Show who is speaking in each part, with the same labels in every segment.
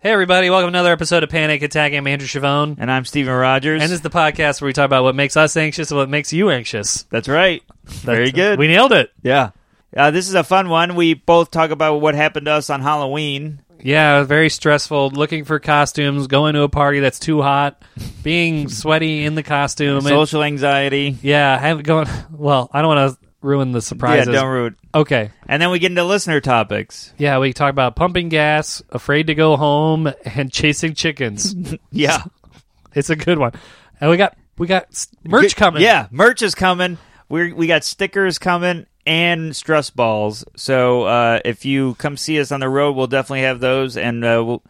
Speaker 1: Hey, everybody, welcome to another episode of Panic Attack. I'm Andrew Chavone.
Speaker 2: And I'm Steven Rogers.
Speaker 1: And this is the podcast where we talk about what makes us anxious and what makes you anxious.
Speaker 2: That's right. Very good.
Speaker 1: We nailed it.
Speaker 2: yeah. Uh, this is a fun one. We both talk about what happened to us on Halloween.
Speaker 1: Yeah, very stressful. Looking for costumes, going to a party that's too hot, being sweaty in the costume. and-
Speaker 2: Social anxiety.
Speaker 1: yeah, have going. Well, I don't want to ruin the surprises.
Speaker 2: Yeah, don't root.
Speaker 1: okay.
Speaker 2: And then we get into listener topics.
Speaker 1: Yeah, we talk about pumping gas, afraid to go home, and chasing chickens.
Speaker 2: Yeah.
Speaker 1: it's a good one. And we got we got s- merch coming.
Speaker 2: Yeah, merch is coming. We we got stickers coming and stress balls. So uh, if you come see us on the road, we'll definitely have those, and uh, we'll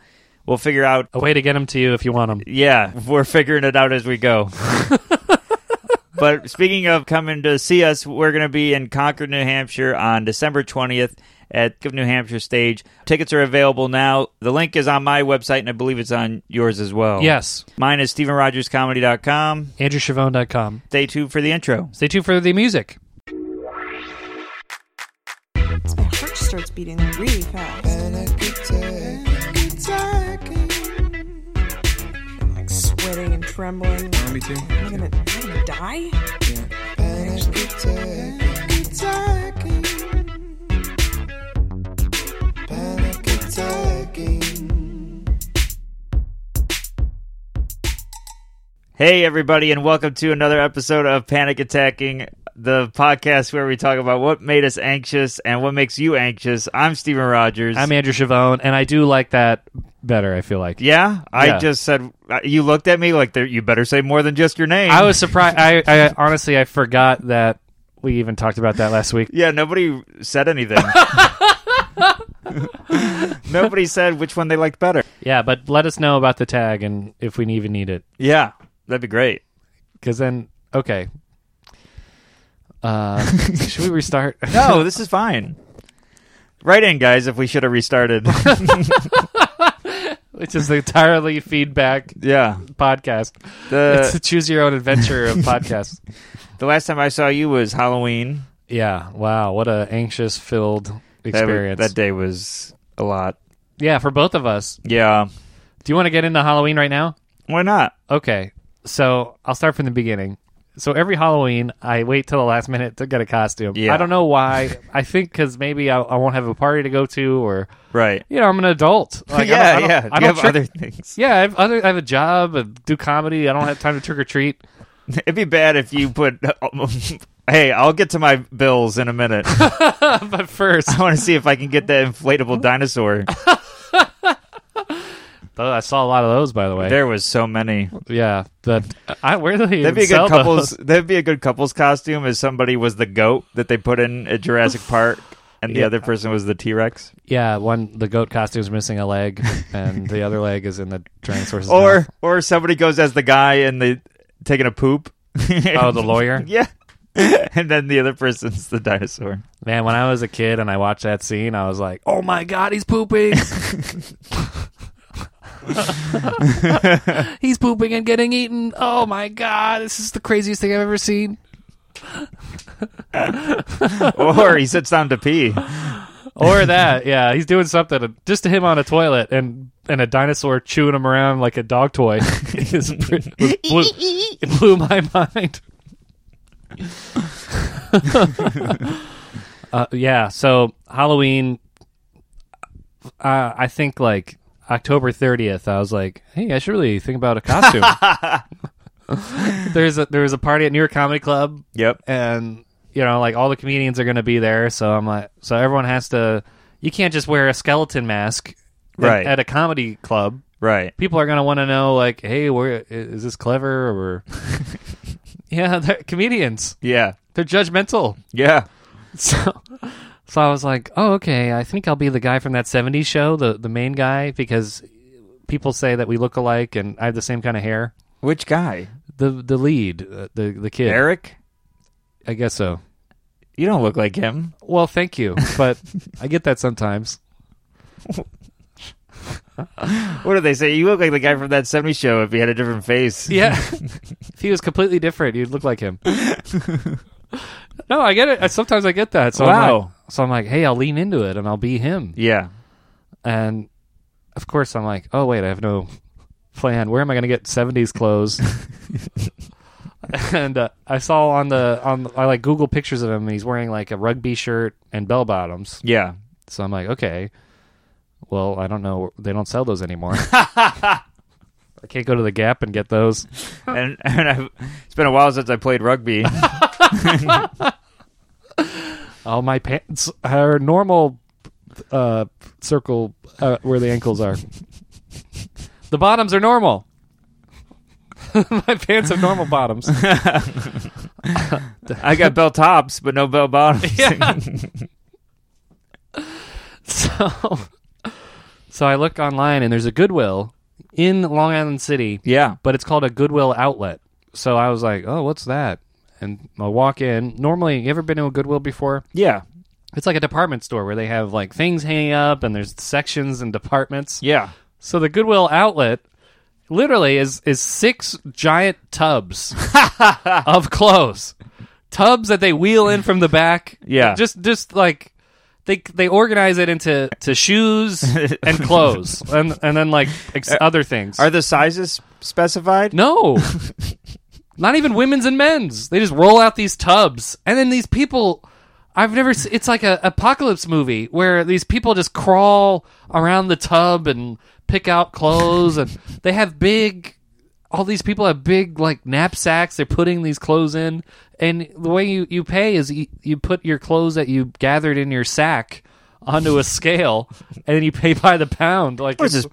Speaker 2: we'll figure out.
Speaker 1: a way to get them to you if you want them.
Speaker 2: Yeah, we're figuring it out as we go. but speaking of coming to see us, we're going to be in Concord, New Hampshire on December 20th at Give New Hampshire Stage. Tickets are available now. The link is on my website, and I believe it's on yours as well.
Speaker 1: Yes,
Speaker 2: Mine is StephenRogersComedy.com.
Speaker 1: AndrewChavone.com.
Speaker 2: Stay tuned for the intro.
Speaker 1: Stay tuned for the music.
Speaker 3: My heart starts beating really fast.
Speaker 4: And I could take
Speaker 3: I'm like sweating and trembling. Am
Speaker 4: Me too.
Speaker 3: I gonna, am I gonna die?
Speaker 4: And I could take Panic attacking.
Speaker 2: Hey, everybody, and welcome to another episode of Panic Attacking, the podcast where we talk about what made us anxious and what makes you anxious. I'm Steven Rogers.
Speaker 1: I'm Andrew Chavone, and I do like that better. I feel like
Speaker 2: Yeah, I
Speaker 1: Yeah.
Speaker 2: just said uh, you looked at me like there- you better say more than just your name.
Speaker 1: I was surprised. I, I honestly I forgot that we even talked about that last week.
Speaker 2: Yeah, nobody said anything. nobody said which one they liked better.
Speaker 1: Yeah, but let us know about the tag and if we even need it,
Speaker 2: Yeah, that'd be great.
Speaker 1: because then okay. Uh, should we restart?
Speaker 2: No, this is fine. Right in, guys. If we should have restarted.
Speaker 1: It's just entirely feedback
Speaker 2: yeah.
Speaker 1: podcast.
Speaker 2: The
Speaker 1: it's a choose your own adventure of podcasts.
Speaker 2: the last time I saw you was Halloween.
Speaker 1: Yeah. Wow. What a anxious filled
Speaker 2: That-
Speaker 1: experience.
Speaker 2: that day was a lot.
Speaker 1: yeah, for both of us.
Speaker 2: Yeah.
Speaker 1: Do you want to get into Halloween right now?
Speaker 2: Why not?
Speaker 1: Okay. So I'll start from the beginning. So every Halloween, I wait till the last minute to get a costume.
Speaker 2: Yeah.
Speaker 1: I don't know why. I think because maybe I, I won't have a party to go to, or
Speaker 2: Right.
Speaker 1: you know, I'm an adult. Like,
Speaker 2: yeah,
Speaker 1: I don't, I don't, I
Speaker 2: yeah. you
Speaker 1: don't
Speaker 2: have
Speaker 1: trick-
Speaker 2: other things.
Speaker 1: Yeah, I have other. I have a job. I do comedy. I don't have time to trick or treat.
Speaker 2: It'd be bad if you put. hey, I'll get to my bills in a minute.
Speaker 1: But first,
Speaker 2: I want to see if I can get that inflatable dinosaur.
Speaker 1: though, I saw a lot of those, by the way.
Speaker 2: There was so many.
Speaker 1: yeah, but I where do they even
Speaker 2: That'd be a
Speaker 1: sell
Speaker 2: good couples.
Speaker 1: those?
Speaker 2: That'd be a good couples costume. Is somebody was the goat that they put in at Jurassic Park, and the
Speaker 1: Yeah.
Speaker 2: other person was the T Rex,
Speaker 1: Yeah, one the goat costume's missing a leg, and the other leg is in the dinosaur's
Speaker 2: or
Speaker 1: mouth.
Speaker 2: or somebody goes as the guy and they taking a poop.
Speaker 1: oh, the lawyer.
Speaker 2: yeah, and then the other person's the dinosaur.
Speaker 1: Man, when I was a kid and I watched that scene, I was like, "Oh my god, he's pooping! he's pooping and getting eaten! Oh my god, this is the craziest thing I've ever seen!"
Speaker 2: or he sits down to pee.
Speaker 1: Or that, yeah, he's doing something just to him on a toilet and and a dinosaur chewing him around like a dog toy. It's pretty- it, blew, it blew my mind. uh, yeah, so Halloween, uh, I think like October thirtieth. I was like, hey, I should really think about a costume. there's a there was a party at New York Comedy Club
Speaker 2: Yep.
Speaker 1: and you know like all the comedians are going to be there so i'm like so everyone has to you can't just wear a skeleton mask at-
Speaker 2: Right.
Speaker 1: at, a comedy club
Speaker 2: Right.
Speaker 1: people are going to want to know like hey where i- is this clever or yeah they're comedians
Speaker 2: Yeah.
Speaker 1: they're judgmental
Speaker 2: Yeah.
Speaker 1: so so i was like oh okay i think i'll be the guy from that 70s show the the main guy because people say that we look alike and i have the same kind of hair
Speaker 2: Which guy?
Speaker 1: the the lead uh, the the kid
Speaker 2: Eric.
Speaker 1: i guess so
Speaker 2: You don't look like him.
Speaker 1: Well, thank you, but I get that sometimes.
Speaker 2: What do they say? You look like the guy from that 70s show if he had a different face.
Speaker 1: Yeah, if he was completely different, you'd look like him. no, I get it. I- Sometimes I get that. So I'm
Speaker 2: Wow.
Speaker 1: like, so I'm like, hey, I'll lean into it and I'll be him.
Speaker 2: Yeah.
Speaker 1: And of course, I'm like, oh wait, I have no plan. Where am I going to get '70s clothes? and uh, I saw on the on the- I like Google pictures of him. And he's wearing like a rugby shirt and bell bottoms.
Speaker 2: Yeah.
Speaker 1: So I'm like, okay, well, I don't know. They don't sell those anymore. I can't go to the Gap and get those.
Speaker 2: and and I've, it's been a while since I played rugby.
Speaker 1: All my pants are normal uh, circle uh, where the ankles are. the bottoms are normal. my pants have normal bottoms.
Speaker 2: I got bell tops, but no bell bottoms.
Speaker 1: Yeah. so, so I look online and there's a Goodwill in Long Island City,
Speaker 2: yeah.
Speaker 1: but it's called a Goodwill outlet. So I was like, oh, what's that? And I walk in. Normally, you ever been to a Goodwill before?
Speaker 2: Yeah.
Speaker 1: It's like a department store where they have like things hanging up and there's sections and departments.
Speaker 2: Yeah.
Speaker 1: So the Goodwill outlet literally is is six giant tubs of clothes. Tubs that they wheel in from the back.
Speaker 2: Yeah.
Speaker 1: Just just like they they organize it into to shoes and clothes and and then like ex- other things.
Speaker 2: Are the sizes specified?
Speaker 1: no. Not even women's and men's. They just roll out these tubs and then these people I've never se- it's like a apocalypse movie where these people just crawl around the tub and pick out clothes and they have big all these people have big like knapsacks they're putting these clothes in and the way you, you pay is you, you put your clothes that you gathered in your sack onto a scale and then you pay by the pound like
Speaker 2: What is
Speaker 1: it's-
Speaker 2: this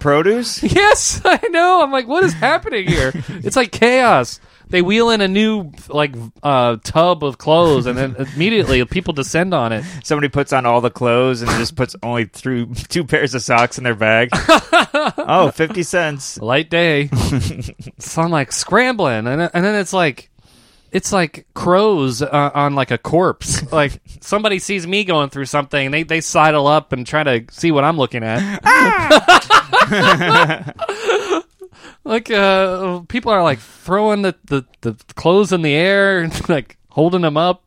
Speaker 2: produce?
Speaker 1: Yes, I know. I'm like, what is happening here? It's like chaos. They wheel in a new like uh, tub of clothes, and then immediately people descend on it.
Speaker 2: Somebody puts on all the clothes and just puts only through two pairs of socks in their bag. oh, 50 cents.
Speaker 1: Light day, so I'm like scrambling, and and then it's like. It's like crows uh, on like a corpse. Like somebody sees me going through something, they they sidle up and try to see what I'm looking at. like uh, people are like throwing the, the, the clothes in the air and like holding them up.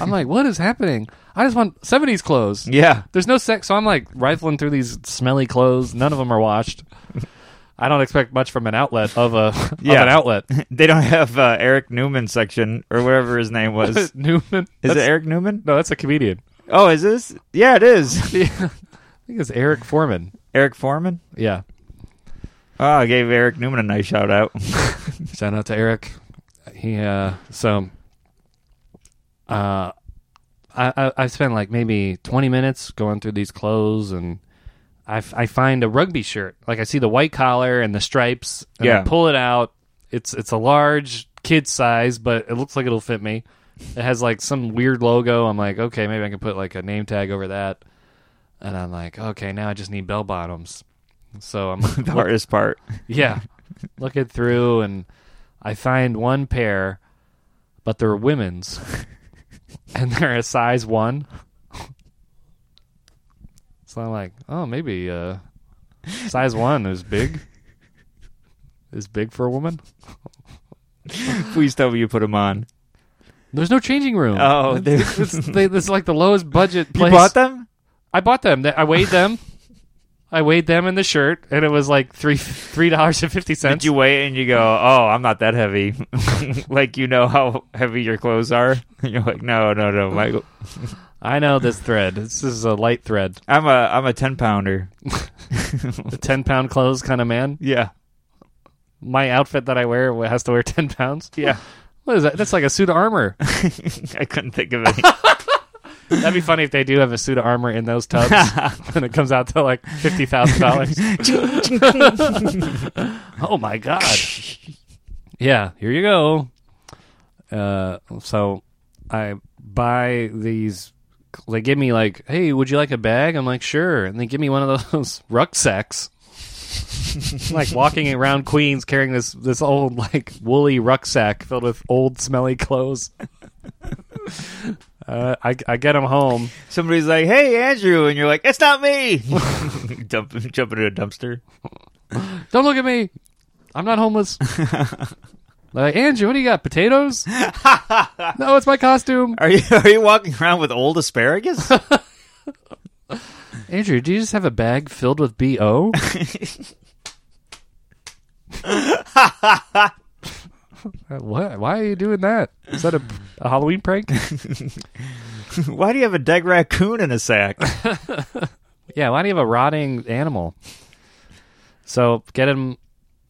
Speaker 1: I'm like, what is happening? I just want 70s clothes.
Speaker 2: Yeah.
Speaker 1: There's no sex, so I'm like rifling through these smelly clothes. None of them are washed. I don't expect much from an outlet of a of
Speaker 2: Yeah.
Speaker 1: an outlet.
Speaker 2: They don't have uh, Eric Newman section or whatever his name was. Is
Speaker 1: Newman.
Speaker 2: it
Speaker 1: That's-
Speaker 2: Eric Newman?
Speaker 1: No, that's a comedian.
Speaker 2: Oh, is this? Yeah, it is.
Speaker 1: I think it's Eric Foreman.
Speaker 2: Eric Foreman?
Speaker 1: Yeah.
Speaker 2: Oh, I gave Eric Newman a nice shout out.
Speaker 1: Shout out to Eric. He uh so uh I, I I spent like maybe 20 minutes going through these clothes and I, f- I find a rugby shirt. Like I see the white collar and the stripes and
Speaker 2: Yeah.
Speaker 1: I pull it out. It's it's a large kid size, but it looks like it'll fit me. It has like some weird logo. I'm like, okay, maybe I can put like a name tag over that. And I'm like, okay, now I just need bell bottoms. So I'm
Speaker 2: the hardest part.
Speaker 1: yeah. Look it through and I find one pair, but they're women's. and they're a size one. So I'm like, oh maybe uh size one is big. Is big for a woman?
Speaker 2: Please tell me you put them on.
Speaker 1: There's no changing room.
Speaker 2: Oh, they-
Speaker 1: it's, it's- they, it's like the lowest budget
Speaker 2: You
Speaker 1: place.
Speaker 2: bought them?
Speaker 1: I bought them. They- I weighed them. I weighed them in the shirt, and it was like three three dollars and fifty
Speaker 2: Did
Speaker 1: cents.
Speaker 2: you weigh it and you go, oh, I'm not that heavy? like, you know how heavy your clothes are? And you're like, no, no, no, Michael.
Speaker 1: I know this thread. This is a light thread.
Speaker 2: I'm a I'm a 10 pounder.
Speaker 1: a 10 pound clothes kind of man.
Speaker 2: Yeah.
Speaker 1: My outfit that I wear has to wear 10 pounds.
Speaker 2: Yeah.
Speaker 1: What is that? That's like a suit of armor.
Speaker 2: I couldn't think of any.
Speaker 1: That'd be funny if they do have a suit of armor in those tubs and it comes out to like $50,000. oh my God. Yeah, here you go. Uh, so I buy these. They give me like, hey, would you like a bag? I'm like, sure. And they give me one of those rucksacks. like walking around Queens carrying this this old like woolly rucksack filled with old smelly clothes. Uh, I I get them home.
Speaker 2: Somebody's like, hey, Andrew. And you're like, it's not me. Dump, jump into a dumpster.
Speaker 1: Don't look at me. I'm not homeless. like Andrew, what do you got? Potatoes? no, it's my costume.
Speaker 2: Are you, are you walking around with old asparagus?
Speaker 1: Andrew, do you just have a bag filled with BO? Uh, what? Why are you doing that? Is that a, a Halloween prank?
Speaker 2: Why do you have a dead raccoon in a sack?
Speaker 1: yeah, why do you have a rotting animal? So get him.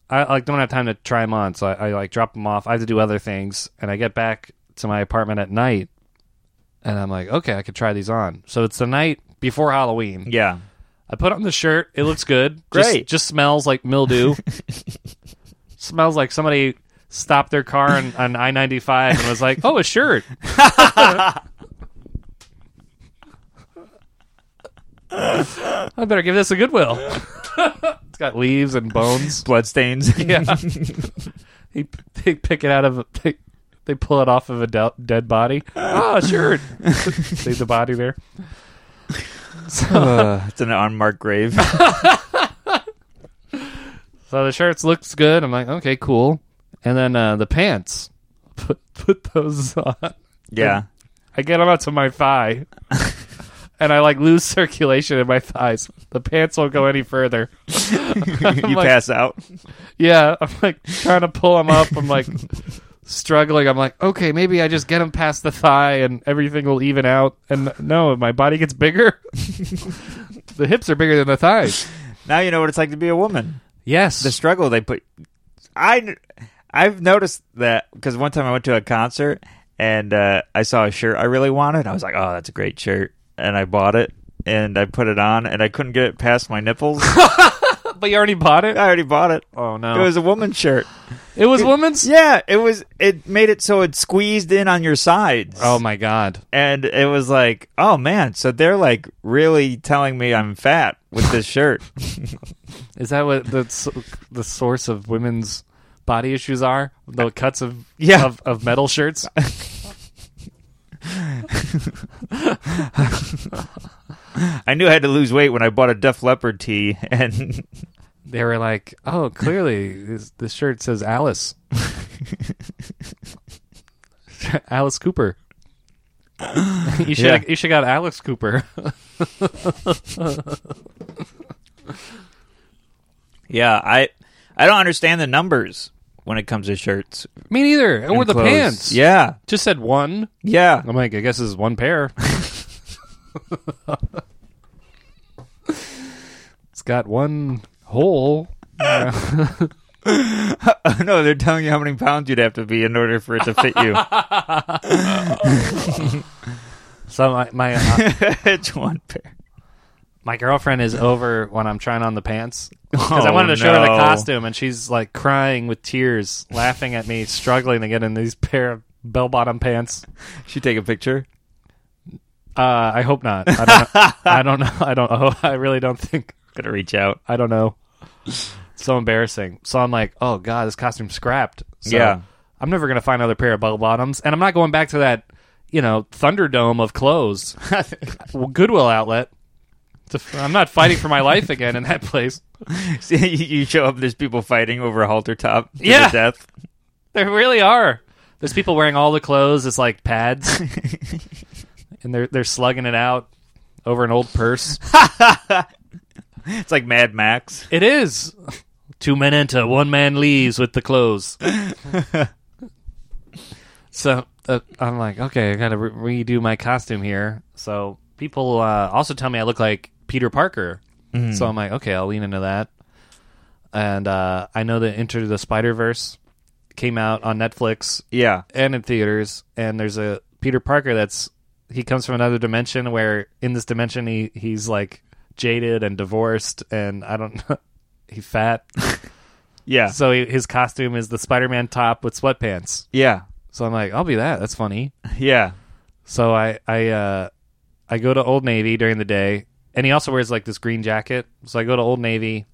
Speaker 1: I like don't have time to try him on, so I, I like drop him off. I have to do other things, and I get back to my apartment at night, and I'm like, okay, I could try these on. So it's the night before Halloween.
Speaker 2: yeah.
Speaker 1: I put on the shirt. It looks good. Just-
Speaker 2: Great.
Speaker 1: Just, smells like mildew. smells like somebody stopped their car on, on I ninety five and was like, "Oh, a shirt." I better give this a goodwill. it's got leaves and bones.
Speaker 2: Bloodstains.
Speaker 1: Yeah, they, they pick it out of they, they pull it off of a del- dead body. Oh, a shirt. Leave the body there.
Speaker 2: Uh, it's an unmarked grave.
Speaker 1: So the shirts looks good. I'm like, okay, cool. And then uh, the pants, put put those on.
Speaker 2: yeah.
Speaker 1: I get them up to my thigh, and I like lose circulation in my thighs. The pants won't go any further.
Speaker 2: you
Speaker 1: like-
Speaker 2: pass out.
Speaker 1: Yeah, I'm like trying to pull them up. I'm like struggling. I'm like, okay, maybe I just get them past the thigh, and everything will even out. And no, my body gets bigger. the hips are bigger than the thighs.
Speaker 2: Now you know what it's like to be a woman.
Speaker 1: Yes,
Speaker 2: The struggle they put. I, I've noticed that because one time I went to a concert and uh, I saw a shirt I really wanted. I was like, oh, that's a great shirt. And I bought it and I put it on and I couldn't get it past my nipples. I
Speaker 1: but you already bought it.
Speaker 2: already bought it.
Speaker 1: Oh no,
Speaker 2: It was a woman's shirt.
Speaker 1: it was women's.
Speaker 2: Yeah, it was. It made it so it squeezed in on your sides.
Speaker 1: Oh my god.
Speaker 2: and it was like, oh man, so they're like really telling me I'm fat with this shirt.
Speaker 1: Is that what the s- the source of women's body issues are? The cuts of
Speaker 2: Yeah.
Speaker 1: of, of metal shirts.
Speaker 2: I knew I had to lose weight when I bought a Def Leppard tee, and
Speaker 1: They were like, "Oh, clearly this, this shirt says Alice, Alice Cooper." you should
Speaker 2: Yeah.
Speaker 1: you should got Alex Cooper.
Speaker 2: yeah, I I don't understand the numbers when it comes to shirts
Speaker 1: Me neither. And with the
Speaker 2: clothes.
Speaker 1: pants,
Speaker 2: Yeah,
Speaker 1: just said one.
Speaker 2: yeah,
Speaker 1: I'm like, I guess this is one pair. it's got one hole.
Speaker 2: no, they're telling you how many pounds you'd have to be in order for it to fit you.
Speaker 1: So my my. uh,
Speaker 2: it's one pair.
Speaker 1: my girlfriend is over when I'm trying on the pants because I
Speaker 2: Oh,
Speaker 1: wanted to show her the
Speaker 2: no.
Speaker 1: costume, and she's like crying with tears, laughing at me, struggling to get in these pair of bell-bottom pants.
Speaker 2: Should you take a picture?
Speaker 1: Uh, I hope not. I don't, I don't know. I don't. Oh, I really don't think.
Speaker 2: Gotta reach out.
Speaker 1: I don't know. So embarrassing. So I'm like, oh god, this costume's scrapped. So
Speaker 2: Yeah.
Speaker 1: I'm never gonna find another pair of bell bottoms, and I'm not going back to that, you know, Thunderdome of clothes, Well, Goodwill outlet. It's a- I'm not fighting for my life again in that place.
Speaker 2: See, you you show up. There's people fighting over a halter top. To
Speaker 1: Yeah.
Speaker 2: the death.
Speaker 1: There really are. There's people wearing all the clothes. It's like pads, and they're they're slugging it out over an old purse.
Speaker 2: It's like Mad Max.
Speaker 1: it is two men enter, one man leaves with the clothes. so uh, I'm like, okay, I gotta re- redo my costume here. So people uh, also tell me I look like Peter Parker. So I'm like, okay, I'll lean into that. And uh, I know that Enter the Spider Verse came out on Netflix
Speaker 2: Yeah.
Speaker 1: and in theaters. And there's a Peter Parker that's he comes from another dimension where in this dimension he he's like jaded and divorced and I don't know he's fat.
Speaker 2: Yeah.
Speaker 1: so he, his costume is the Spider-Man top with sweatpants.
Speaker 2: Yeah.
Speaker 1: So I'm like, I'll be that. That's funny.
Speaker 2: Yeah.
Speaker 1: So I I uh I go to Old Navy during the day, and he also wears like this green jacket. So I go to Old Navy.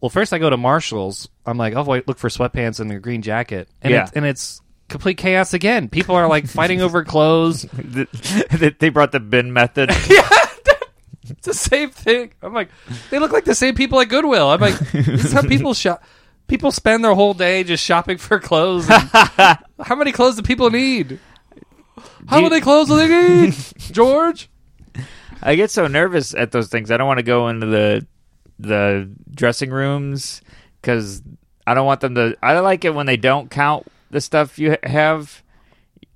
Speaker 1: Well, first I go to Marshalls. I'm like, oh wait, look for sweatpants and a green jacket, and
Speaker 2: Yeah.
Speaker 1: it's, and it's complete chaos again. People are like fighting over clothes.
Speaker 2: Th- th- they brought the bin method.
Speaker 1: It's the same thing. I'm like, they look like the same people at Goodwill. I'm like, this is how people shop. People spend their whole day just shopping for clothes. and- how many clothes do people need? How
Speaker 2: Do you-
Speaker 1: many clothes do they need, George?
Speaker 2: I get so nervous at those things. I don't want to go into the the dressing rooms because I don't want them to. I like it when they don't count the stuff you ha- have.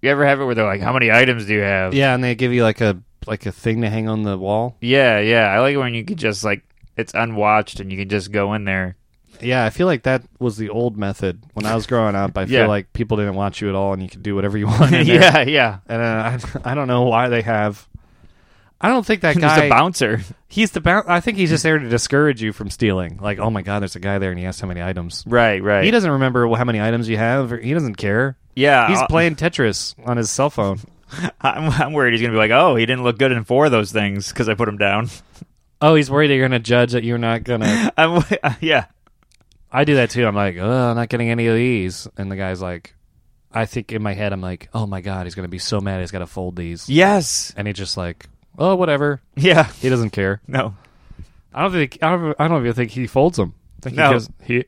Speaker 2: You ever have it where they're like, "How many items do you have?"
Speaker 1: Yeah, and they give you like a like a thing to hang on the wall.
Speaker 2: yeah, yeah. I like it when you could just like it's unwatched and you can just go in there.
Speaker 1: Yeah, I feel like that was the old method when I was growing up. I feel
Speaker 2: Yeah.
Speaker 1: like people didn't watch you at all, and you could do whatever you wanted.
Speaker 2: yeah, yeah.
Speaker 1: and uh, I, I don't know why they have. I don't think that
Speaker 2: There's
Speaker 1: guy.
Speaker 2: a bouncer.
Speaker 1: he's the bounce. I think he's just there to discourage you from stealing. Like, oh my god, there's a guy there, and he has so many items.
Speaker 2: Right, right.
Speaker 1: He doesn't remember how many items you have. Or he doesn't care.
Speaker 2: yeah,
Speaker 1: He's
Speaker 2: I'll-
Speaker 1: playing Tetris on his cell phone.
Speaker 2: I'm, I'm worried he's gonna be like, "Oh, he didn't look good in four of those things because I put him down."
Speaker 1: Oh, he's worried that you're gonna judge that you're not gonna.
Speaker 2: I'm, uh, yeah,
Speaker 1: I do that too. I'm like, oh, I'm not getting any of these, and the guy's like, I think in my head, I'm like, oh my god, he's gonna be so mad. He's gotta fold these,
Speaker 2: yes,
Speaker 1: and he's just like, oh, whatever.
Speaker 2: yeah.
Speaker 1: He doesn't care.
Speaker 2: No,
Speaker 1: I don't think. I don't. I don't even think he folds them. I think
Speaker 2: No.
Speaker 1: he gives, he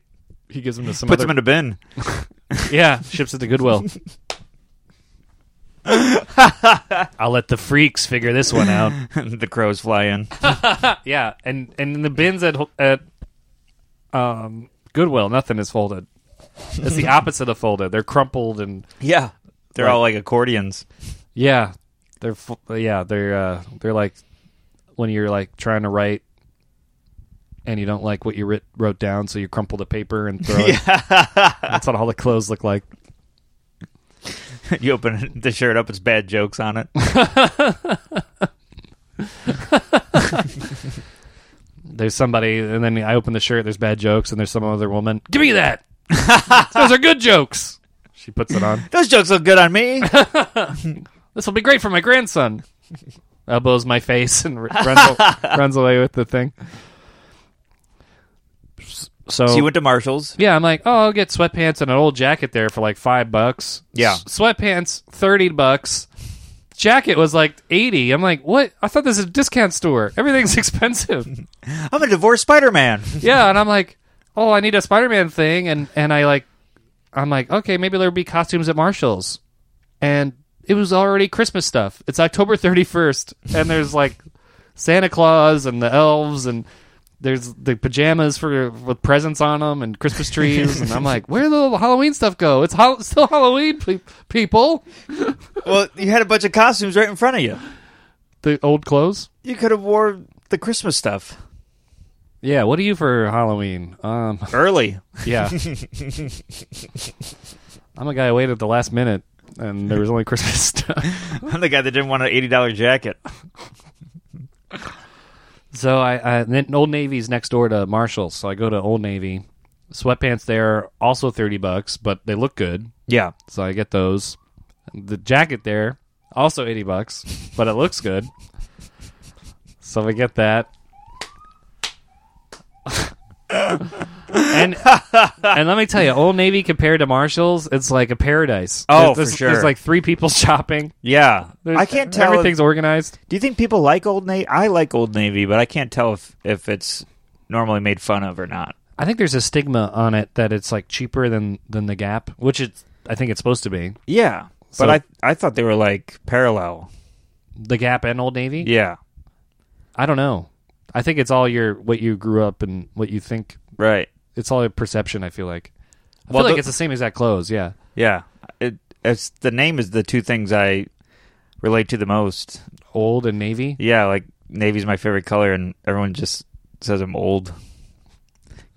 Speaker 1: he gives them to some
Speaker 2: puts
Speaker 1: other.
Speaker 2: him in a bin.
Speaker 1: yeah, ships it to Goodwill. I'll let the freaks figure this one out.
Speaker 2: the crows fly in.
Speaker 1: yeah, and and in the bins at at um Goodwill, nothing is folded. It's the opposite of folded. They're crumpled and
Speaker 2: Yeah, they're
Speaker 1: Right.
Speaker 2: all like accordions.
Speaker 1: yeah, they're fo- yeah they're uh, they're like when you're like trying to write and you don't like what you writ- wrote down, so you crumple the paper and throw it. That's what all the clothes look like.
Speaker 2: you open the shirt up, it's bad jokes on it.
Speaker 1: there's somebody, and then I open the shirt. There's bad jokes, and there's some other woman. Give me that. Those are good jokes. She puts it on.
Speaker 2: Those jokes look good on me.
Speaker 1: This will be great for my grandson. Elbows my face and r- runs, a- runs away with the thing. S- So,
Speaker 2: so you went to Marshalls.
Speaker 1: yeah, I'm like, oh, I'll get sweatpants and an old jacket there for like five bucks.
Speaker 2: Yeah.
Speaker 1: S- sweatpants thirty bucks. Jacket was like eighty. I'm like, what? I thought this is a discount store. Everything's expensive.
Speaker 2: I'm a divorced Spider Man.
Speaker 1: yeah, and I'm like, oh, I need a Spider-Man thing, and and I like, I'm like, okay, maybe there'll be costumes at Marshalls, and it was already Christmas stuff. It's October 31st, and there's like Santa Claus and the elves, and there's the pajamas for with presents on them and Christmas trees, and I'm like, where the Halloween stuff go? It's hol- still Halloween, pe- people.
Speaker 2: well, you had a bunch of costumes right in front of you.
Speaker 1: The old clothes.
Speaker 2: You could have wore the Christmas stuff
Speaker 1: Yeah, what do you for Halloween? Um,
Speaker 2: early.
Speaker 1: Yeah. I'm a guy who waited at the last minute and there was only Christmas stuff.
Speaker 2: I'm the guy that didn't want an eighty dollar jacket.
Speaker 1: So I, I and then Old Navy's next door to Marshall's, so I go to Old Navy. Sweatpants there also 30 bucks, but they look good,
Speaker 2: Yeah,
Speaker 1: so I get those. The jacket there also 80 bucks, but it looks good. So we get that. and and let me tell you, Old Navy compared to Marshalls, it's like a paradise. there's,
Speaker 2: Oh, for
Speaker 1: there's-
Speaker 2: sure.
Speaker 1: There's like three people shopping.
Speaker 2: yeah.
Speaker 1: There's-
Speaker 2: I can't tell. if-
Speaker 1: Everything's organized.
Speaker 2: do you think people like Old Navy? I like Old Navy, but I can't tell if if it's normally made fun of or not.
Speaker 1: I think there's a stigma on it that it's like cheaper than than the Gap, which it's I think it's supposed to be
Speaker 2: Yeah,
Speaker 1: So-
Speaker 2: but I I thought they were like parallel.
Speaker 1: the Gap and Old Navy.
Speaker 2: Yeah,
Speaker 1: I don't know. I think it's all your what you grew up and what you think.
Speaker 2: right.
Speaker 1: It's all your perception. I feel like. I
Speaker 2: Well,
Speaker 1: feel like
Speaker 2: the-
Speaker 1: it's the same exact clothes. Yeah.
Speaker 2: Yeah, it, it's the name is the two things I relate to the most.
Speaker 1: Old and navy.
Speaker 2: Yeah, like navy's my favorite color, and everyone just says I'm old.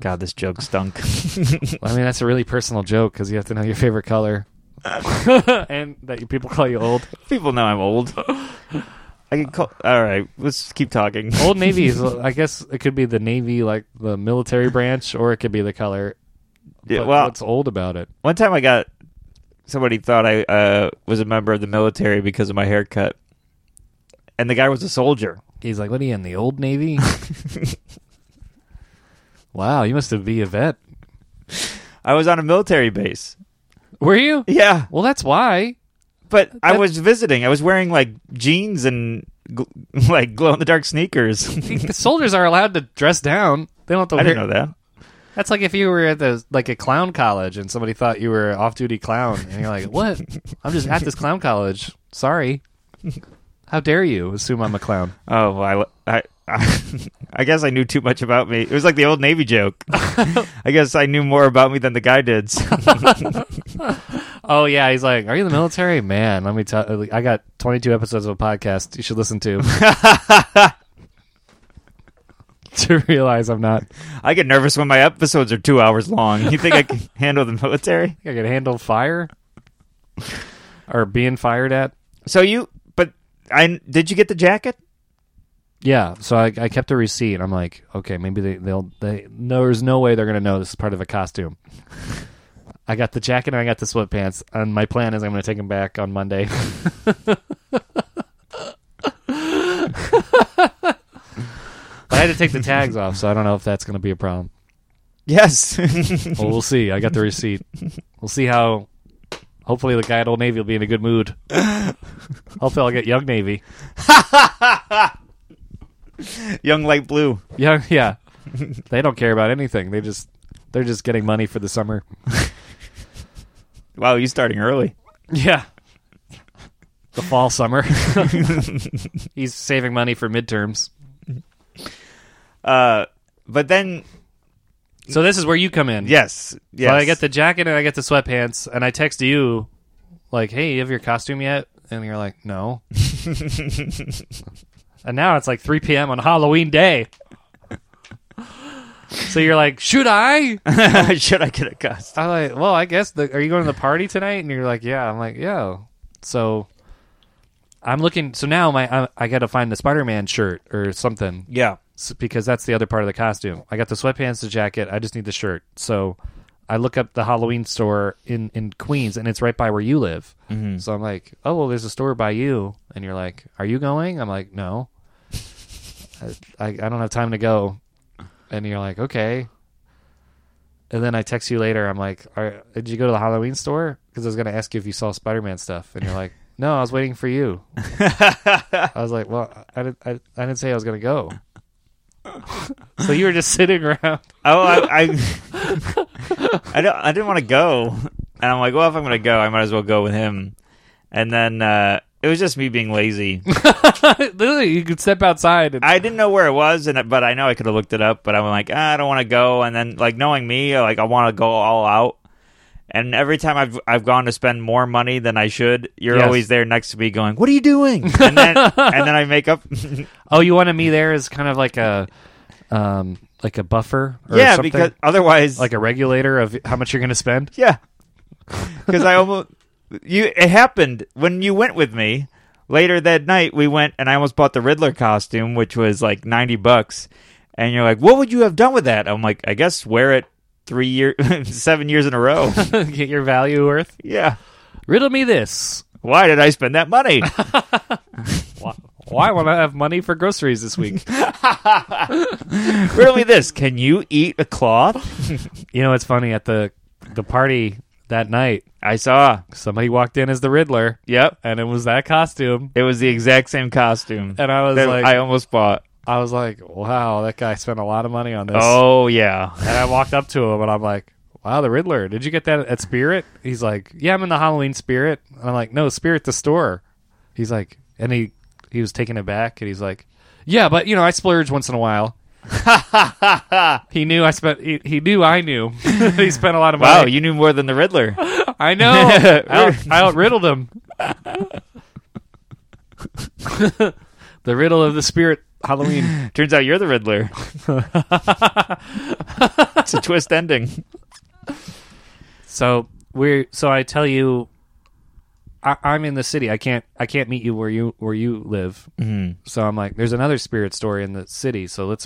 Speaker 2: God, this joke stunk.
Speaker 1: I mean, that's a really personal joke because you have to know your favorite color, and that your people call you old.
Speaker 2: People know I'm old. I can call. All right, let's keep talking.
Speaker 1: Old Navy is, I guess, it could be the Navy, like the military branch, or it could be the color.
Speaker 2: Yeah,
Speaker 1: but
Speaker 2: well,
Speaker 1: what's old about it?
Speaker 2: one time I got somebody thought I uh, was a member of the military because of my haircut, and the guy was a soldier.
Speaker 1: He's like, "What are you in the old navy?" wow, you must have be a vet.
Speaker 2: I was on a military base.
Speaker 1: Were you?
Speaker 2: Yeah,
Speaker 1: Well, that's why.
Speaker 2: But I
Speaker 1: That-
Speaker 2: was visiting. I was wearing like jeans and gl- like glow in the dark sneakers.
Speaker 1: the soldiers are allowed to dress down. They don't have to.
Speaker 2: I
Speaker 1: wear-
Speaker 2: didn't know that.
Speaker 1: That's like if you were at the like a clown college and somebody thought you were an off-duty clown, and you're like, "What? I'm just at this clown college. Sorry." How dare you assume I'm a clown?
Speaker 2: Oh, well, I, I, I, guess I knew too much about me. It was like the old Navy joke. I guess I knew more about me than the guy did. So-
Speaker 1: Oh yeah, he's like, "Are you in the military, man?" Let me tell. I got 22 episodes of a podcast you should listen to to realize I'm not.
Speaker 2: I get nervous when my episodes are two hours long. You think I can handle the military?
Speaker 1: I could handle fire or being fired at.
Speaker 2: So you, but I did you get the jacket?
Speaker 1: Yeah, so I, I kept a receipt. I'm like, okay, maybe they, they'll they. No, there's no way they're gonna know this is part of a costume. I got the jacket and I got the sweatpants, and my plan is I'm gonna take them back on Monday. But I had to take the tags off, so I don't know if that's gonna be a problem.
Speaker 2: Yes.
Speaker 1: Well, we'll see. I got the receipt. We'll see how. Hopefully, the guy at Old Navy will be in a good mood. Hopefully, I'll get Young Navy.
Speaker 2: Young light blue.
Speaker 1: Yeah, yeah. they don't care about anything. They just they're just getting money for the summer.
Speaker 2: Wow, you starting early.
Speaker 1: Yeah. The fall summer. He's saving money for midterms.
Speaker 2: Uh, but then
Speaker 1: So this is where you come in.
Speaker 2: yes, yes.
Speaker 1: So I get the jacket and I get the sweatpants and I text you like, "Hey, you have your costume yet?" And you're like, "No." and now it's like 3 p.m. on Halloween day. so you're like, "Should I?"
Speaker 2: Should I get a costume?
Speaker 1: I'm like, well, I guess. The, are you going to the party tonight? And you're like, yeah. I'm like, yeah. So I'm looking. So now my I, I got to find the Spider-Man shirt or something
Speaker 2: Yeah.
Speaker 1: s- because that's the other part of the costume. I got the sweatpants, the jacket. I just need the shirt. So I look up the Halloween store in in Queens, and it's right by where you live.
Speaker 2: Mm-hmm.
Speaker 1: So I'm like, oh well, there's a store by you, and you're like, are you going? I'm like, no. I, I I don't have time to go, and you're like, okay. And then I text you later. I'm like, are, did you go to the Halloween store? Because I was gonna ask you if you saw Spider Man stuff, and you're like, no, I was waiting for you. I was like, well, I didn't I, I didn't say I was gonna go. so you were just sitting around.
Speaker 2: Oh, I, I, I don't. I didn't want to go, and I'm like, well, if I'm gonna go, I might as well go with him. And then uh, it was just me being lazy.
Speaker 1: Literally, you could step outside. And,
Speaker 2: I didn't know where it was, and but I know I could have looked it up. But I'm like, ah, I don't want to go. And then like knowing me, like I want to go all out. And every time I've I've gone to spend more money than I should, you're
Speaker 1: Yes.
Speaker 2: always there next to me, going, "What are you doing?" And then and then I make up.
Speaker 1: oh, you wanted me there as kind of like a, um, like a buffer. Or
Speaker 2: yeah,
Speaker 1: something?
Speaker 2: because otherwise,
Speaker 1: like a regulator of how much you're going to spend.
Speaker 2: Yeah. Because I almost you it happened when you went with me later that night. We went and I almost bought the Riddler costume, which was like ninety bucks. And you're like, "What would you have done with that?" I'm like, "I guess wear it three years, seven years in a row."
Speaker 1: Get your value worth.
Speaker 2: yeah.
Speaker 1: Riddle me this.
Speaker 2: Why did I spend that money?
Speaker 1: Why will I have money for groceries this week?
Speaker 2: really, this? Can you eat a cloth?
Speaker 1: you know, it's funny at the the party that night.
Speaker 2: I saw.
Speaker 1: Somebody walked in as the Riddler,
Speaker 2: Yep,
Speaker 1: and it was that costume.
Speaker 2: it was the exact same costume
Speaker 1: And I was
Speaker 2: that
Speaker 1: like,
Speaker 2: I
Speaker 1: I,
Speaker 2: almost bought.
Speaker 1: was like, wow, that guy spent a lot of money on this.
Speaker 2: Oh yeah,
Speaker 1: And I walked up to him, and I'm like, wow, the Riddler. Did you get that at Spirit? He's like, yeah, I'm in the Halloween Spirit. And I'm like, no, Spirit the store. He's like, and he he was taken aback, and he's like, yeah, but you know, I splurge once in a while. he knew I spent. He, he knew I knew. he spent a lot of money.
Speaker 2: wow, you knew more than the Riddler.
Speaker 1: I know. I, out, I outriddled him. the riddle of the spirit Halloween.
Speaker 2: Turns out you're the Riddler. it's a twist ending.
Speaker 1: So we're so I tell you, I, I'm in the city. I can't I can't meet you where you where you live.
Speaker 2: Mhm.
Speaker 1: So I'm like, there's another spirit story in the city. So let's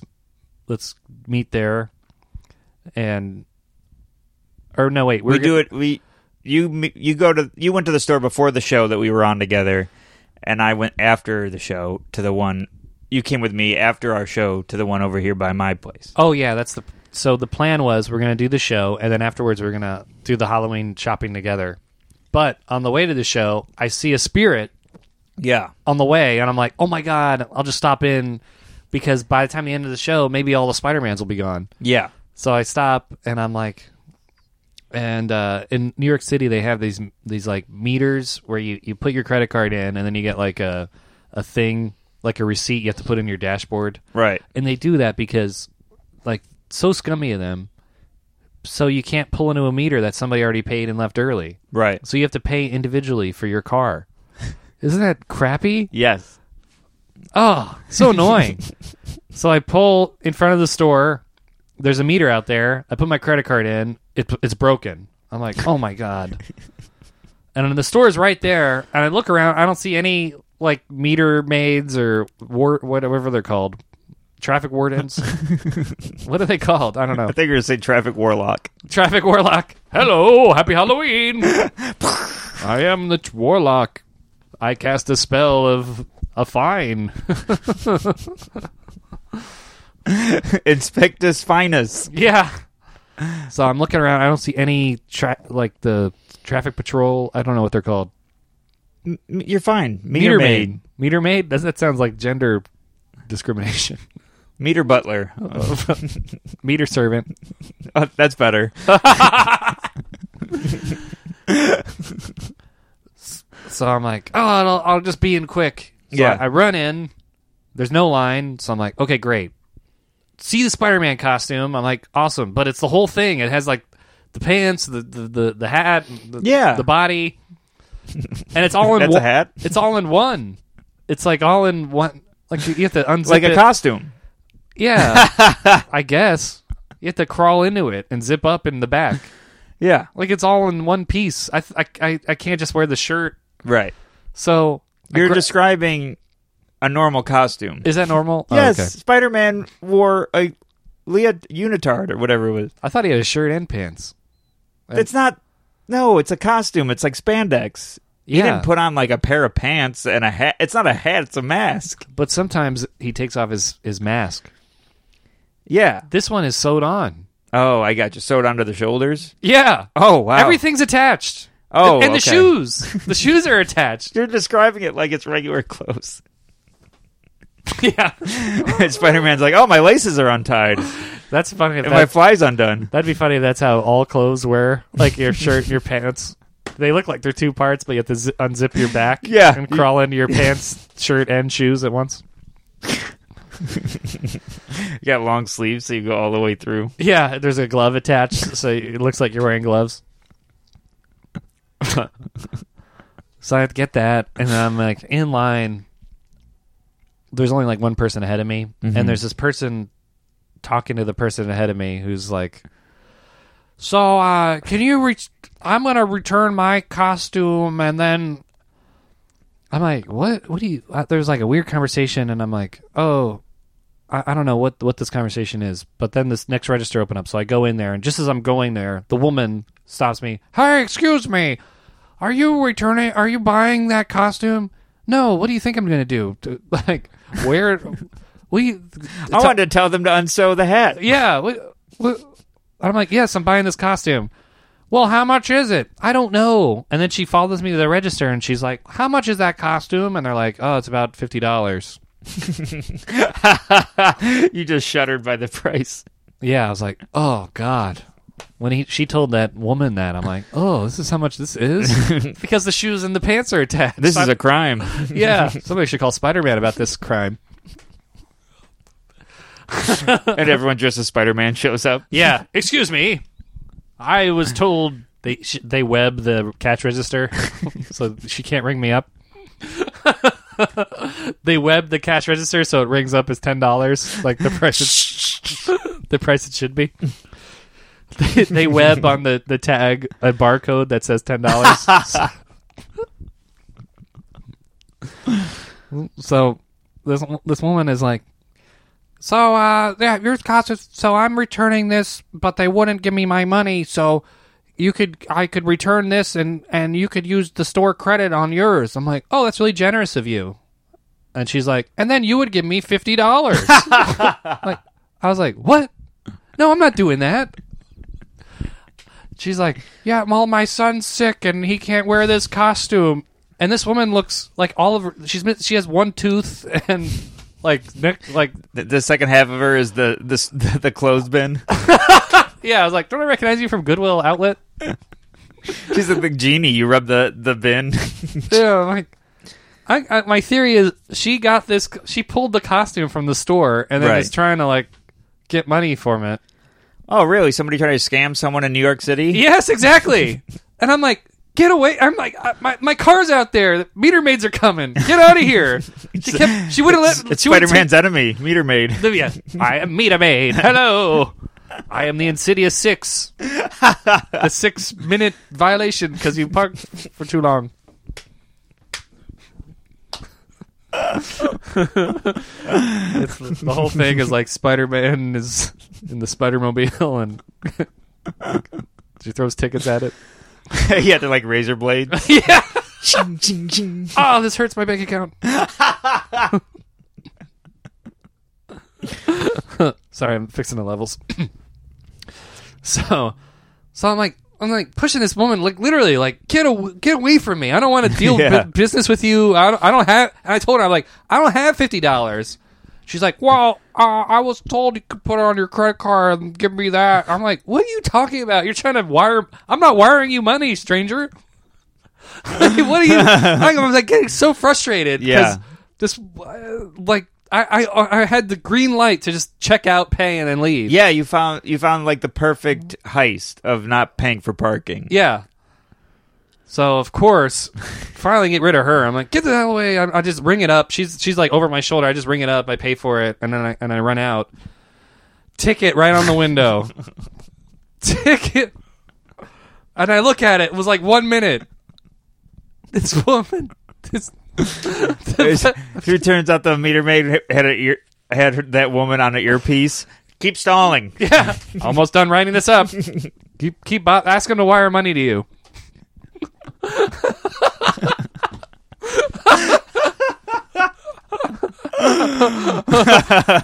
Speaker 1: let's meet there, and or no wait, we're
Speaker 2: we do it. We you m- you go to you went to the store before the show that we were on together, and I went after the show to the one you came with me after our show to the one over here by my place.
Speaker 1: Oh yeah, that's the so the plan was we're gonna do the show and then afterwards we're gonna do the Halloween shopping together. But on the way to the show, I see a spirit
Speaker 2: Yeah,
Speaker 1: on the way and I'm like, Oh my god, I'll just stop in because by the time the end of the show, maybe all the Spider Mans will be gone.
Speaker 2: yeah.
Speaker 1: So I stop and I'm like, and uh, in New York City they have these these like meters where you, you put your credit card in and then you get like a a thing like a receipt you have to put in your dashboard.
Speaker 2: Right.
Speaker 1: And they do that because, like, so scummy of them. So you can't pull into a meter that somebody already paid and left early.
Speaker 2: Right.
Speaker 1: So you have to pay individually for your car. Isn't that crappy?
Speaker 2: Yes.
Speaker 1: Oh, so annoying. so I pull in front of the store. There's a meter out there. I put my credit card in. It, it's broken. I'm like, oh my god. and then the store is right there. And I look around. I don't see any like meter maids or war- whatever they're called, traffic wardens. what are they called? I don't know.
Speaker 2: I think you're going to say traffic warlock.
Speaker 1: Traffic warlock. Hello, happy Halloween. I am the t- warlock. I cast a spell of a fine.
Speaker 2: Inspectus finus.
Speaker 1: Yeah. So I'm looking around. I don't see any tra- like the traffic patrol. I don't know what they're called.
Speaker 2: M- you're fine. Meter, maid.
Speaker 1: Meter maid. Doesn't that sounds like gender discrimination?
Speaker 2: Meter butler.
Speaker 1: Meter servant.
Speaker 2: Uh, that's better.
Speaker 1: So I'm like, oh, I'll, I'll just be in quick. So
Speaker 2: Yeah.
Speaker 1: I, I run in. There's no line, so I'm like, okay, great. See the Spider-Man costume. I'm like, awesome. But it's the whole thing. It has like the pants, the the the, the hat, the,
Speaker 2: Yeah.
Speaker 1: the body, and it's all in
Speaker 2: That's
Speaker 1: one.
Speaker 2: a hat?
Speaker 1: It's all in one. It's like all in one. Like you you have to unzip
Speaker 2: Like a
Speaker 1: it.
Speaker 2: costume.
Speaker 1: yeah, I guess you have to crawl into it and zip up in the back.
Speaker 2: Yeah.
Speaker 1: Like it's all in one piece. I I I, I can't just wear the shirt.
Speaker 2: Right.
Speaker 1: So I
Speaker 2: You're
Speaker 1: gra-
Speaker 2: describing a normal costume.
Speaker 1: Is that normal? Oh,
Speaker 2: yes.
Speaker 1: okay.
Speaker 2: Spider Man wore a Leah unitard or whatever it was.
Speaker 1: I thought he had a shirt and pants. And-
Speaker 2: It's not. No, it's a costume. It's like spandex.
Speaker 1: Yeah.
Speaker 2: He didn't put on like a pair of pants and a hat. It's not a hat. It's a mask.
Speaker 1: but sometimes he takes off his, his mask.
Speaker 2: Yeah.
Speaker 1: This one is sewed on.
Speaker 2: Oh, I got you. Sewed onto the shoulders.
Speaker 1: Yeah.
Speaker 2: Oh wow.
Speaker 1: Everything's attached.
Speaker 2: Oh,
Speaker 1: And the
Speaker 2: okay.
Speaker 1: shoes. The shoes are attached.
Speaker 2: You're describing it like it's regular clothes.
Speaker 1: yeah.
Speaker 2: Spider Man's like, oh, my laces are untied
Speaker 1: That's funny. If
Speaker 2: and my
Speaker 1: that,
Speaker 2: fly's undone.
Speaker 1: that'd be funny if that's how all clothes were like your shirt and your pants. They look like they're two parts, but you have to zi- unzip your back
Speaker 2: Yeah.
Speaker 1: and crawl into your pants, shirt, and shoes at once.
Speaker 2: You got long sleeves, so you go all the way through.
Speaker 1: Yeah, there's a glove attached, so it looks like you're wearing gloves. so I have to get that, and then I'm like in line. There's only like one person ahead of me, and there's this person talking to the person ahead of me who's like, "So, uh, can you reach? I'm gonna return my costume, and then." I'm like, what? What do you? Uh, there's like a weird conversation, and I'm like, oh, I, I don't know what what this conversation is, but then this next register opened up, so I go in there, and just as I'm going there, the woman stops me. Hi, excuse me, are you returning? Are you buying that costume? No. What do you think I'm going to do? To- Like, where? we?
Speaker 2: I wanted to tell them to unsew the hat.
Speaker 1: yeah. We, we, I'm like, yes, I'm buying this costume. Well, how much is it? I don't know. And then she follows me to the register, and she's like, "How much is that costume?" And they're like, "Oh, it's about fifty dollars."
Speaker 2: you just shuddered by the price.
Speaker 1: Yeah, I was like, oh god. When he she told that woman that, I'm like, oh, this is how much this is because the shoes and the pants are attached.
Speaker 2: This is a crime.
Speaker 1: yeah. Somebody should call Spider Man about this crime.
Speaker 2: and everyone dressed as Spider Man shows up.
Speaker 1: Yeah. Excuse me. I was told they sh- they web the cash register, so she can't ring me up. they web the cash register, so it rings up as ten dollars, like the price it, the price it should be. they, they web on the the tag a barcode that says ten dollars. so this this woman is like, so, uh, yeah, yours cost us. So I'm returning this, but they wouldn't give me my money. So you could, I could return this, and and you could use the store credit on yours. I'm like, oh, that's really generous of you. And she's like, and then you would give me fifty dollars. like, I was like, what? No, I'm not doing that. She's like, yeah, well, my son's sick and he can't wear this costume. And this woman looks like all of her. She's she has one tooth and like neck like
Speaker 2: The, the second half of her is the this, the, the clothes bin.
Speaker 1: Yeah, I was like, don't I recognize you from Goodwill Outlet?
Speaker 2: She's like the genie. You rub the, the bin.
Speaker 1: yeah, I'm like, I, I, my theory is she got this. She pulled the costume from the store and then
Speaker 2: Right.
Speaker 1: is trying to like get money from it.
Speaker 2: Oh, really? Somebody trying to scam someone in New York City?
Speaker 1: Yes, exactly. and I'm like, get away! I'm like, I, my my car's out there. The meter maids are coming. Get out of here. she kept. She wouldn't let.
Speaker 2: It's
Speaker 1: she wouldn't
Speaker 2: Spider Man's enemy, Meter Maid.
Speaker 1: take- Yes, I am meter maid. Hello. I am the Insidious Six. the six minute violation because you parked for too long. it's, the whole thing is like Spider Man is in the Spider Mobile and she throws tickets at it.
Speaker 2: yeah, they're like razor blades.
Speaker 1: yeah. Oh, this hurts my bank account. Sorry, I'm fixing the levels. so, so I'm like, I'm like pushing this woman, like literally, like get away, get away from me. I don't want to deal
Speaker 2: Yeah.
Speaker 1: bu- business with you. I don't, I don't have. And I told her, I'm like, I don't have fifty dollars. She's like, well, uh, I was told you could put it on your credit card and give me that. I'm like, what are you talking about? You're trying to wire. I'm not wiring you money, stranger. Like, what are you? I was like getting so frustrated. 'cause
Speaker 2: Yeah.
Speaker 1: This, uh, like, I, I I had the green light to just check out, pay, and then leave.
Speaker 2: yeah, you found you found like the perfect heist of not paying for parking.
Speaker 1: Yeah. So of course, finally get rid of her. I'm like, get the hell away! I, I just ring it up. She's she's like over my shoulder. I just ring it up. I pay for it, and then I and I run out. Ticket right on the window. Ticket. And I look at it. It was like one minute. This woman. This.
Speaker 2: There's- it turns out the Meter Maid had a ear, had her- that woman on an earpiece. Keep stalling.
Speaker 1: Yeah, almost done writing this up. keep keep bo- ask him to wire money to you.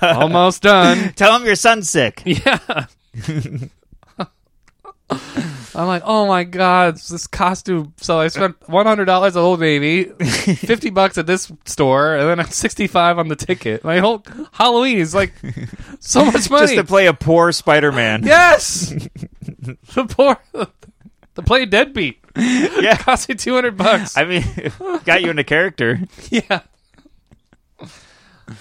Speaker 1: almost done.
Speaker 2: Tell him your son's sick.
Speaker 1: Yeah. I'm like, oh my god, it's this costume. So I spent one hundred dollars at Old Navy, fifty bucks at this store, and then I'm sixty five on the ticket. My whole Halloween is like so much money
Speaker 2: Just to play a poor Spider Man.
Speaker 1: Yes, the poor, the play deadbeat
Speaker 2: yeah.
Speaker 1: cost me two hundred bucks.
Speaker 2: I mean, got you into character.
Speaker 1: yeah.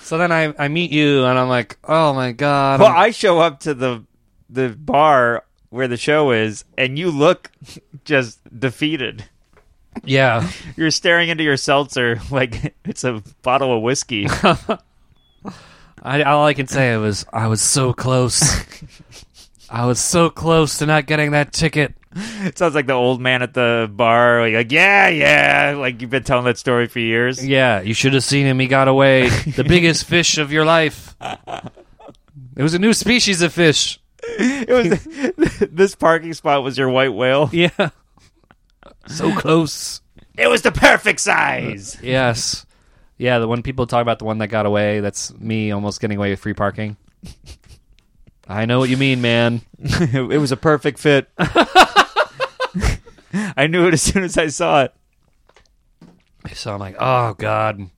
Speaker 1: So then I I meet you and I'm like, oh my god.
Speaker 2: Well,
Speaker 1: I'm-
Speaker 2: I show up to the the bar where the show is, and you look just defeated.
Speaker 1: yeah.
Speaker 2: You're staring into your seltzer like it's a bottle of whiskey.
Speaker 1: I, all I can say was I was so close. I was so close to not getting that ticket.
Speaker 2: it sounds like the old man at the bar, like, like, yeah, yeah, like you've been telling that story for years.
Speaker 1: Yeah, you should have seen him. He got away. The biggest fish of your life. It was a new species of fish.
Speaker 2: It was this parking spot was your white whale.
Speaker 1: Yeah. So close.
Speaker 2: It was the perfect size.
Speaker 1: Yes. Yeah, the when people talk about the one that got away, that's me almost getting away with free parking. I know what you mean, man.
Speaker 2: it was a perfect fit. I knew it as soon as I saw it.
Speaker 1: So I'm like, oh god.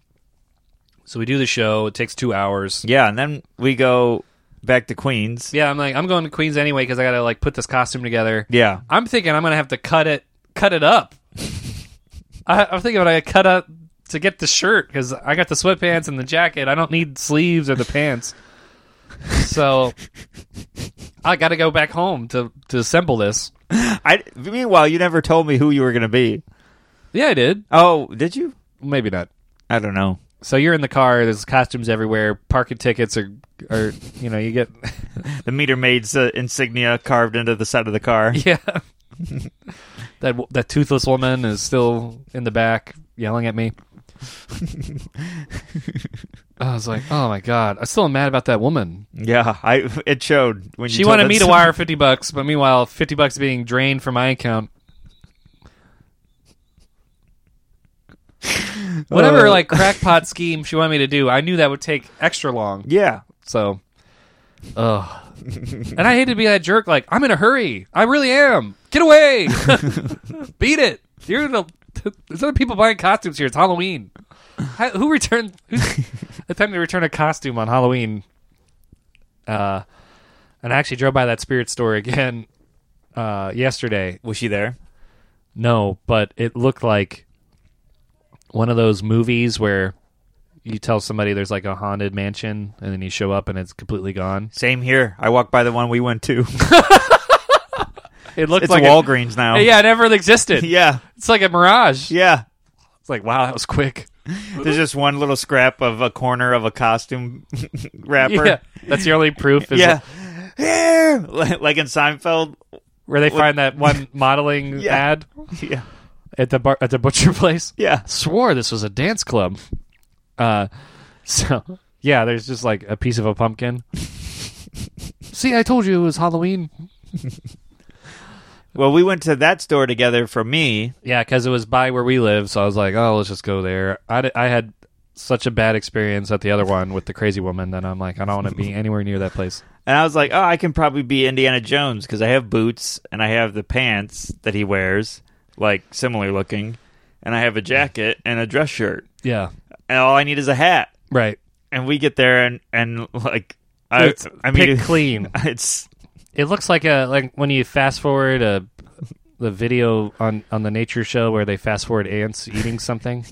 Speaker 1: So we do the show. It takes two hours.
Speaker 2: Yeah, and then we go back to Queens.
Speaker 1: Yeah, I'm like, I'm going to Queens anyway because I gotta like put this costume together.
Speaker 2: Yeah.
Speaker 1: I'm thinking I'm gonna have to cut it, cut it up. I, I'm thinking I cut up to get the shirt because I got the sweatpants and the jacket. I don't need sleeves or the pants, so I got to go back home to to assemble this.
Speaker 2: I meanwhile, you never told me who you were going to be.
Speaker 1: Yeah, I did.
Speaker 2: Oh, did you?
Speaker 1: Maybe not.
Speaker 2: I don't know.
Speaker 1: So you're in the car. There's costumes everywhere. Parking tickets are, are you know, you get
Speaker 2: The meter maid's uh, insignia carved into the side of the car.
Speaker 1: yeah. that that toothless woman is still in the back yelling at me. I was like, oh my god, I'm still mad about that woman.
Speaker 2: Yeah, I it showed when you
Speaker 1: She
Speaker 2: told
Speaker 1: wanted
Speaker 2: that
Speaker 1: me to
Speaker 2: story.
Speaker 1: wire fifty bucks, but meanwhile, fifty bucks being drained from my account. Whatever,
Speaker 2: Uh.
Speaker 1: like crackpot scheme she wanted me to do, I knew that would take extra long.
Speaker 2: Yeah,
Speaker 1: So, ugh. and I hate to be that jerk. Like, I'm in a hurry. I really am. Get away. Beat it. You're the. There's other people buying costumes here. It's Halloween. How, who returned? Who's attempting to return a costume on Halloween? Uh, and I actually drove by that spirit store again uh, yesterday.
Speaker 2: was she there?
Speaker 1: No, but it looked like one of those movies where you tell somebody there's like a haunted mansion and then you show up and it's completely gone.
Speaker 2: Same here. I walked by the one we went to.
Speaker 1: It looks
Speaker 2: It's
Speaker 1: like
Speaker 2: Walgreens now.
Speaker 1: It, yeah, it never existed.
Speaker 2: Yeah.
Speaker 1: It's like a mirage.
Speaker 2: Yeah.
Speaker 1: It's like wow, that was quick.
Speaker 2: There's just one little scrap of a corner of a costume wrapper.
Speaker 1: Yeah, that's the only proof. Is
Speaker 2: Yeah. Here! Like like in Seinfeld.
Speaker 1: where they find that one modeling
Speaker 2: Yeah.
Speaker 1: ad
Speaker 2: Yeah.
Speaker 1: at the bar, at the butcher place.
Speaker 2: Yeah.
Speaker 1: swore this was a dance club. Uh, so yeah, there's just like a piece of a pumpkin. See, I told you it was Halloween.
Speaker 2: Well, we went to that store together for me.
Speaker 1: Yeah, because it was by where we live, so I was like, oh, let's just go there. I, d- I had such a bad experience at the other one with the crazy woman that I'm like, I don't want to be anywhere near that place.
Speaker 2: And I was like, oh, I can probably be Indiana Jones because I have boots and I have the pants that he wears, like similar looking, and I have a jacket and a dress shirt.
Speaker 1: Yeah,
Speaker 2: And all I need is a hat.
Speaker 1: right.
Speaker 2: And we get there and, and like, I,
Speaker 1: It's
Speaker 2: I mean,
Speaker 1: pick clean.
Speaker 2: it's
Speaker 1: It looks like a like when you fast forward a. The video on on the nature show where they fast forward ants eating something.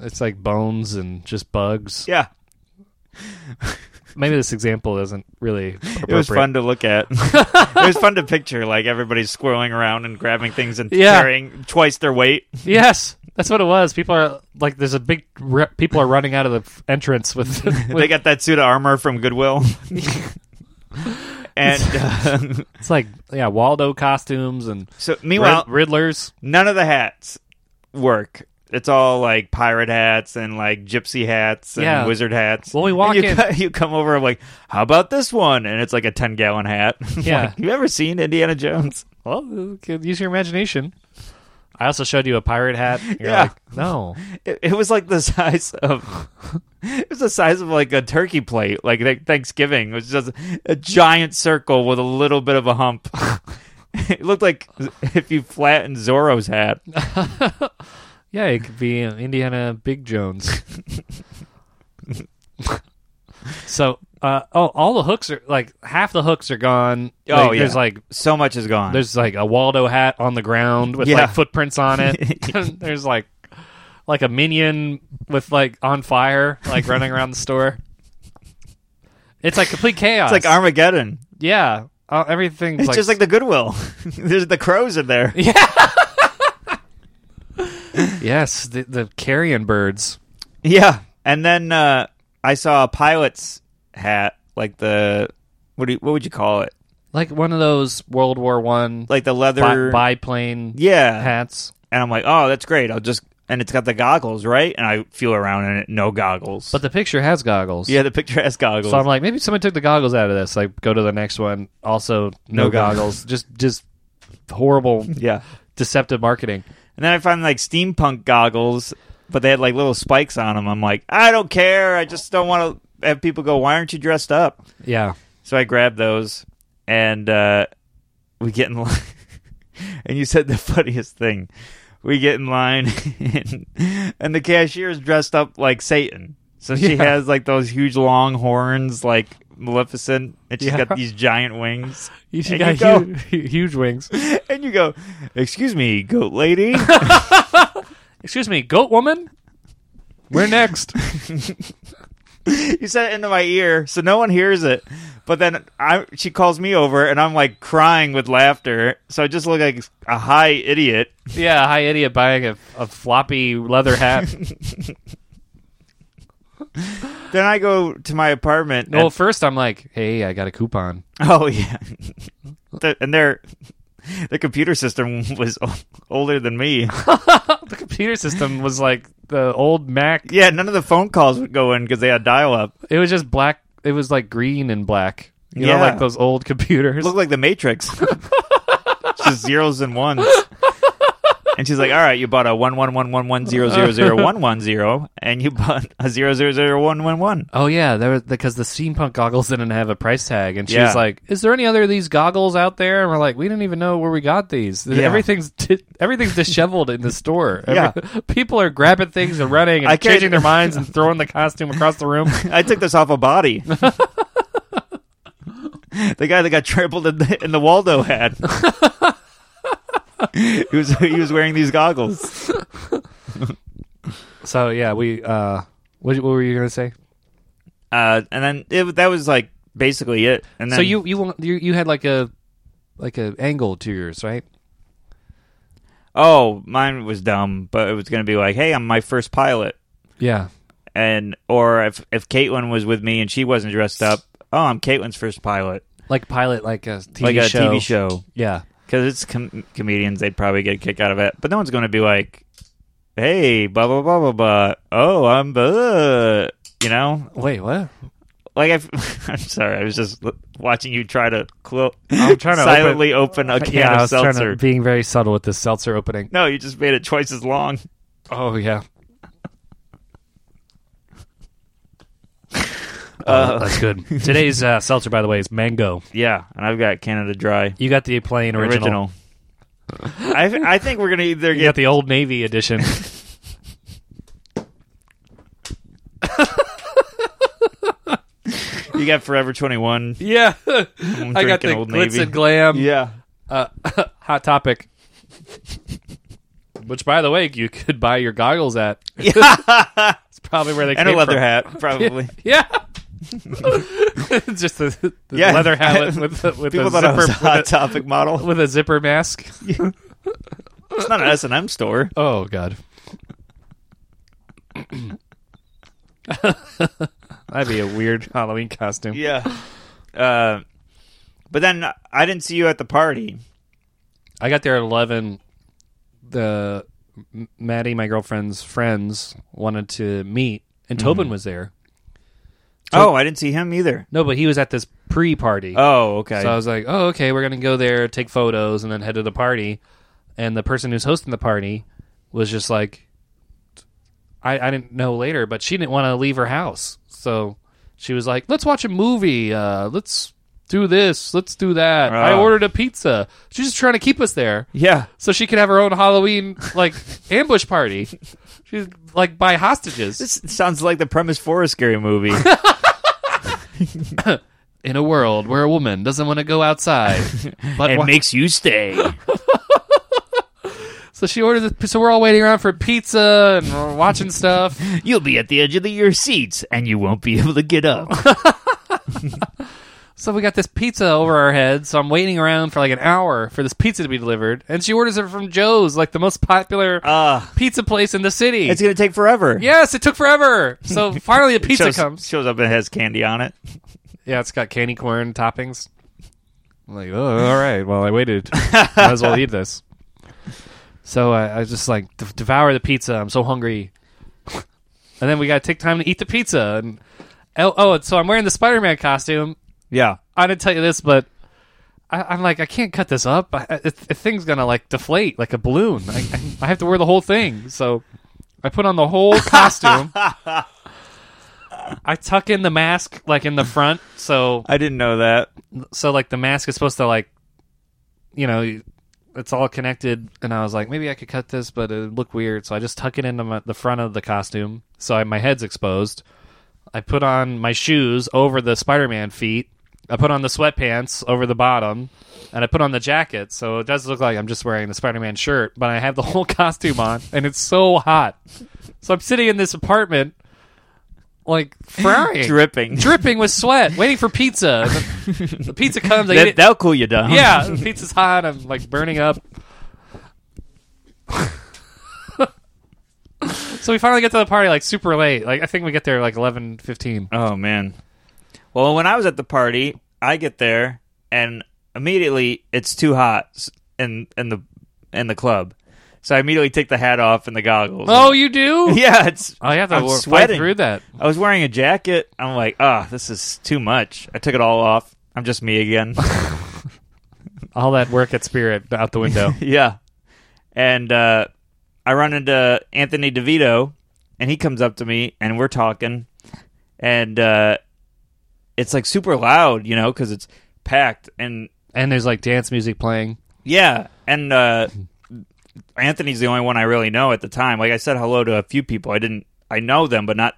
Speaker 1: It's like bones and just bugs.
Speaker 2: yeah,
Speaker 1: maybe this example isn't really appropriate.
Speaker 2: it was fun to look at. it was fun to picture, like everybody's squirreling around and grabbing things and
Speaker 1: Yeah.
Speaker 2: carrying twice their weight.
Speaker 1: Yes, that's what it was. People are like, there's a big re- people are running out of the f- entrance with. with
Speaker 2: they got that suit of armor from Goodwill. and uh,
Speaker 1: it's like yeah, Waldo costumes and
Speaker 2: so, meanwhile,
Speaker 1: Rid- Riddlers.
Speaker 2: none of the hats work. It's all like pirate hats and like gypsy hats and
Speaker 1: Yeah.
Speaker 2: wizard hats.
Speaker 1: Well, we
Speaker 2: And
Speaker 1: walk
Speaker 2: you,
Speaker 1: in-
Speaker 2: co- you come over. I'm like, how about this one? And it's like a ten gallon hat.
Speaker 1: Yeah.
Speaker 2: Like, you ever seen Indiana Jones?
Speaker 1: Well, you can use your imagination. I also showed you a pirate hat. You're
Speaker 2: Yeah.
Speaker 1: like, no.
Speaker 2: It, it was like the size of. It was the size of like a turkey plate, like th- Thanksgiving. It was just a giant circle with a little bit of a hump. it looked like if you flattened Zorro's hat.
Speaker 1: Yeah, it could be uh, Indiana Big Jones. so, uh, oh, all the hooks are like half the hooks are gone.
Speaker 2: Oh,
Speaker 1: Like,
Speaker 2: yeah.
Speaker 1: There's like
Speaker 2: So much is gone.
Speaker 1: There's like a Waldo hat on the ground with
Speaker 2: Yeah.
Speaker 1: like footprints on it. There's like like a minion with like on fire, like running around the store. It's like complete chaos.
Speaker 2: it's like Armageddon.
Speaker 1: yeah, uh, everything's
Speaker 2: It's
Speaker 1: like,
Speaker 2: just like the Goodwill. There's the crows in there.
Speaker 1: yes, the, the carrion birds.
Speaker 2: Yeah. And then uh, I saw a pilot's hat, like the what do you, what would you call it?
Speaker 1: Like one of those World War One
Speaker 2: Like the leather
Speaker 1: bi- biplane
Speaker 2: Yeah.
Speaker 1: hats.
Speaker 2: And I'm like, "Oh, that's great. I'll just and it's got the goggles, right?" And I feel around in it, no goggles.
Speaker 1: But the picture has goggles.
Speaker 2: yeah, the picture has goggles.
Speaker 1: So I'm like, maybe someone took the goggles out of this. Like, go to the next one. Also, no,
Speaker 2: No
Speaker 1: goggles.
Speaker 2: goggles.
Speaker 1: just, just horrible,
Speaker 2: yeah.
Speaker 1: deceptive marketing.
Speaker 2: And then I find like steampunk goggles, but they had like little spikes on them. I'm like, "I don't care. I just don't want to have people go, "Why aren't you dressed up?"
Speaker 1: Yeah.
Speaker 2: So I grabbed those, and uh, we get in line. and you said the funniest thing. We get in line, and, and the cashier is dressed up like Satan. So she
Speaker 1: Yeah.
Speaker 2: has like those huge long horns, like Maleficent, and she's
Speaker 1: Yeah.
Speaker 2: got these giant wings.
Speaker 1: You she
Speaker 2: And
Speaker 1: got
Speaker 2: you go-
Speaker 1: huge, huge wings.
Speaker 2: And you go, "Excuse me, goat lady."
Speaker 1: Excuse me, goat woman? We're next.
Speaker 2: you said it into my ear, so no one hears it. But then I, she calls me over, and I'm like crying with laughter. So I just look like a high idiot.
Speaker 1: yeah, hi idiot buying a, a floppy leather hat.
Speaker 2: Then I go to my apartment.
Speaker 1: well,
Speaker 2: and-
Speaker 1: first I'm like, hey, I got a coupon.
Speaker 2: oh yeah, The- and their their computer system was o- older than me.
Speaker 1: The computer system was like the old Mac.
Speaker 2: Yeah, none of the phone calls would go in because they had dial up.
Speaker 1: It was just black. It was like green and black. You know,
Speaker 2: Yeah.
Speaker 1: like those old computers.
Speaker 2: Looked like the Matrix, just zeros and ones. And she's like, "All right, you bought a one one one one one zero zero zero one one zero, and you bought a zero zero zero one one one.
Speaker 1: Oh yeah, there was because the steampunk goggles didn't have a price tag, and she
Speaker 2: Yeah.
Speaker 1: was like, "Is there any other of these goggles out there?" And we're like, "We didn't even know where we got these.
Speaker 2: Yeah.
Speaker 1: Everything's di- everything's disheveled in the store.
Speaker 2: Yeah.
Speaker 1: people are grabbing things and running and
Speaker 2: I can't-
Speaker 1: changing their minds and throwing the costume across the room.
Speaker 2: I took this off a body." The guy that got trampled in the, in the Waldo hat. he was he was wearing these goggles.
Speaker 1: So yeah, we. Uh, what, what were you gonna say?
Speaker 2: Uh, and then it, that was like basically it. And then
Speaker 1: so you you want- you you had like a like a angle to yours, right?
Speaker 2: oh, mine was dumb, but it was gonna be like, hey, I'm my first pilot,
Speaker 1: Yeah.
Speaker 2: and or if if Caitlin was with me and she wasn't dressed up, oh, I'm Caitlin's first pilot,
Speaker 1: Like pilot, like a TV
Speaker 2: like a
Speaker 1: show.
Speaker 2: TV show,
Speaker 1: Yeah.
Speaker 2: because it's com- comedians, they'd probably get a kick out of it, but no one's gonna be like, hey, blah blah blah blah blah, oh, I'm uh, you know,
Speaker 1: Wait, what?
Speaker 2: like I've, I'm sorry, I was just l- watching you try to clo-
Speaker 1: I'm trying to
Speaker 2: silently open, a can
Speaker 1: yeah, I
Speaker 2: of
Speaker 1: was trying
Speaker 2: seltzer.
Speaker 1: to being very subtle with this seltzer opening.
Speaker 2: No, you just made it twice as long.
Speaker 1: Oh yeah.
Speaker 2: Uh,
Speaker 1: that's good. Today's uh, seltzer, by the way, is mango.
Speaker 2: Yeah, and I've got Canada Dry
Speaker 1: You got the plain original.
Speaker 2: original. I th- I think we're gonna either
Speaker 1: You got
Speaker 2: get
Speaker 1: the old navy edition.
Speaker 2: you got Forever Twenty One.
Speaker 1: yeah,
Speaker 2: I'm
Speaker 1: I got
Speaker 2: drinking
Speaker 1: the
Speaker 2: Old
Speaker 1: glitz
Speaker 2: Navy.
Speaker 1: and glam.
Speaker 2: Yeah,
Speaker 1: Uh, hot topic. Which, by the way, you could buy your goggles at. it's probably where they
Speaker 2: and
Speaker 1: came
Speaker 2: a leather
Speaker 1: from.
Speaker 2: hat probably.
Speaker 1: Yeah. Just the, the
Speaker 2: Yeah.
Speaker 1: leather hat with the, with,
Speaker 2: People
Speaker 1: a
Speaker 2: thought I was a
Speaker 1: zipper,
Speaker 2: hot
Speaker 1: with,
Speaker 2: topic
Speaker 1: a,
Speaker 2: model.
Speaker 1: with a zipper mask.
Speaker 2: It's not an S and M store.
Speaker 1: Oh God. That'd be a weird Halloween costume.
Speaker 2: Yeah, uh, but then I didn't see you at the party.
Speaker 1: I got there at eleven. The M- Maddie, my girlfriend's friends, wanted to meet,
Speaker 2: Mm-hmm.
Speaker 1: and Tobin was there.
Speaker 2: Oh, I didn't see him either.
Speaker 1: No, but he was at this pre-party.
Speaker 2: Oh, okay.
Speaker 1: So I was like, oh, okay, we're going to go there, take photos, and then head to the party. And the person who's hosting the party was just like, I, I didn't know later, but she didn't want to leave her house. So she was like, let's watch a movie. Uh, let's do this. Let's do that. I
Speaker 2: Ah.
Speaker 1: ordered a pizza. She's just trying to keep us there
Speaker 2: yeah,
Speaker 1: so she could have her own Halloween, like, ambush party. She's like, by hostages.
Speaker 2: this sounds like the premise for a scary movie.
Speaker 1: in a world where a woman doesn't want to go outside, but
Speaker 2: it
Speaker 1: wa-
Speaker 2: makes you stay.
Speaker 1: So she orders. A, so we're all waiting around for pizza and we're watching stuff.
Speaker 2: You'll be at the edge of the, your seats, and you won't be able to get up.
Speaker 1: So we got this pizza over our heads. So I'm waiting around for like an hour for this pizza to be delivered, and she orders it from Joe's, like the most popular
Speaker 2: Uh,
Speaker 1: pizza place in the city.
Speaker 2: it's gonna take forever.
Speaker 1: yes, it took forever. So finally, the pizza
Speaker 2: shows,
Speaker 1: comes.
Speaker 2: shows up and has candy on it.
Speaker 1: Yeah, it's got candy corn toppings. I'm like, oh, all right. Well, I waited. Might as well eat this. So I, I was just like "Dev- devour the pizza. I'm so hungry. And then we gotta take time to eat the pizza. And oh, oh and so I'm wearing the Spider-Man costume.
Speaker 2: Yeah,
Speaker 1: I didn't tell you this, but I, I'm like, I can't cut this up. I, I- the thing's gonna like deflate like a balloon. I, I, I have to wear the whole thing, so I put on the whole costume. I tuck in the mask like in the front, so
Speaker 2: I didn't know that.
Speaker 1: so like the mask is supposed to like, you know, it's all connected. And I was like, maybe I could cut this, but it would look weird. So I just tuck it into my, the front of the costume, so I, my head's exposed. I put on my shoes over the Spider-Man feet. I put on the sweatpants over the bottom, and I put on the jacket, so it does look like I'm just wearing the Spider-Man shirt, but I have the whole costume on, and it's so hot. So I'm sitting in this apartment, like frying,
Speaker 2: Dripping.
Speaker 1: dripping with sweat, waiting for pizza. The, the pizza comes. I eat
Speaker 2: That,
Speaker 1: it.
Speaker 2: that'll cool you down.
Speaker 1: yeah, the pizza's hot. I'm like burning up. so we finally get to the party like super late. Like I think we get there like eleven fifteen.
Speaker 2: Oh man. Well, when I was at the party, I get there and immediately it's too hot s- in in the in the club, so I immediately take the hat off and the goggles.
Speaker 1: Oh, you do?
Speaker 2: yeah, it's.
Speaker 1: I have to
Speaker 2: I'm
Speaker 1: wa- fight
Speaker 2: sweating.
Speaker 1: through that.
Speaker 2: I was wearing a jacket. I'm like, ah, this is too much. I took it all off. I'm just me again.
Speaker 1: All that work at Spirit out the window.
Speaker 2: Yeah. And uh, I run into Anthony DeVito, and he comes up to me, and we're talking. And uh, it's like super loud, you know, because it's packed. And
Speaker 1: and there's like dance music playing.
Speaker 2: yeah. And uh, Anthony's the only one I really know at the time. Like I said hello to a few people. I didn't, I know them, but not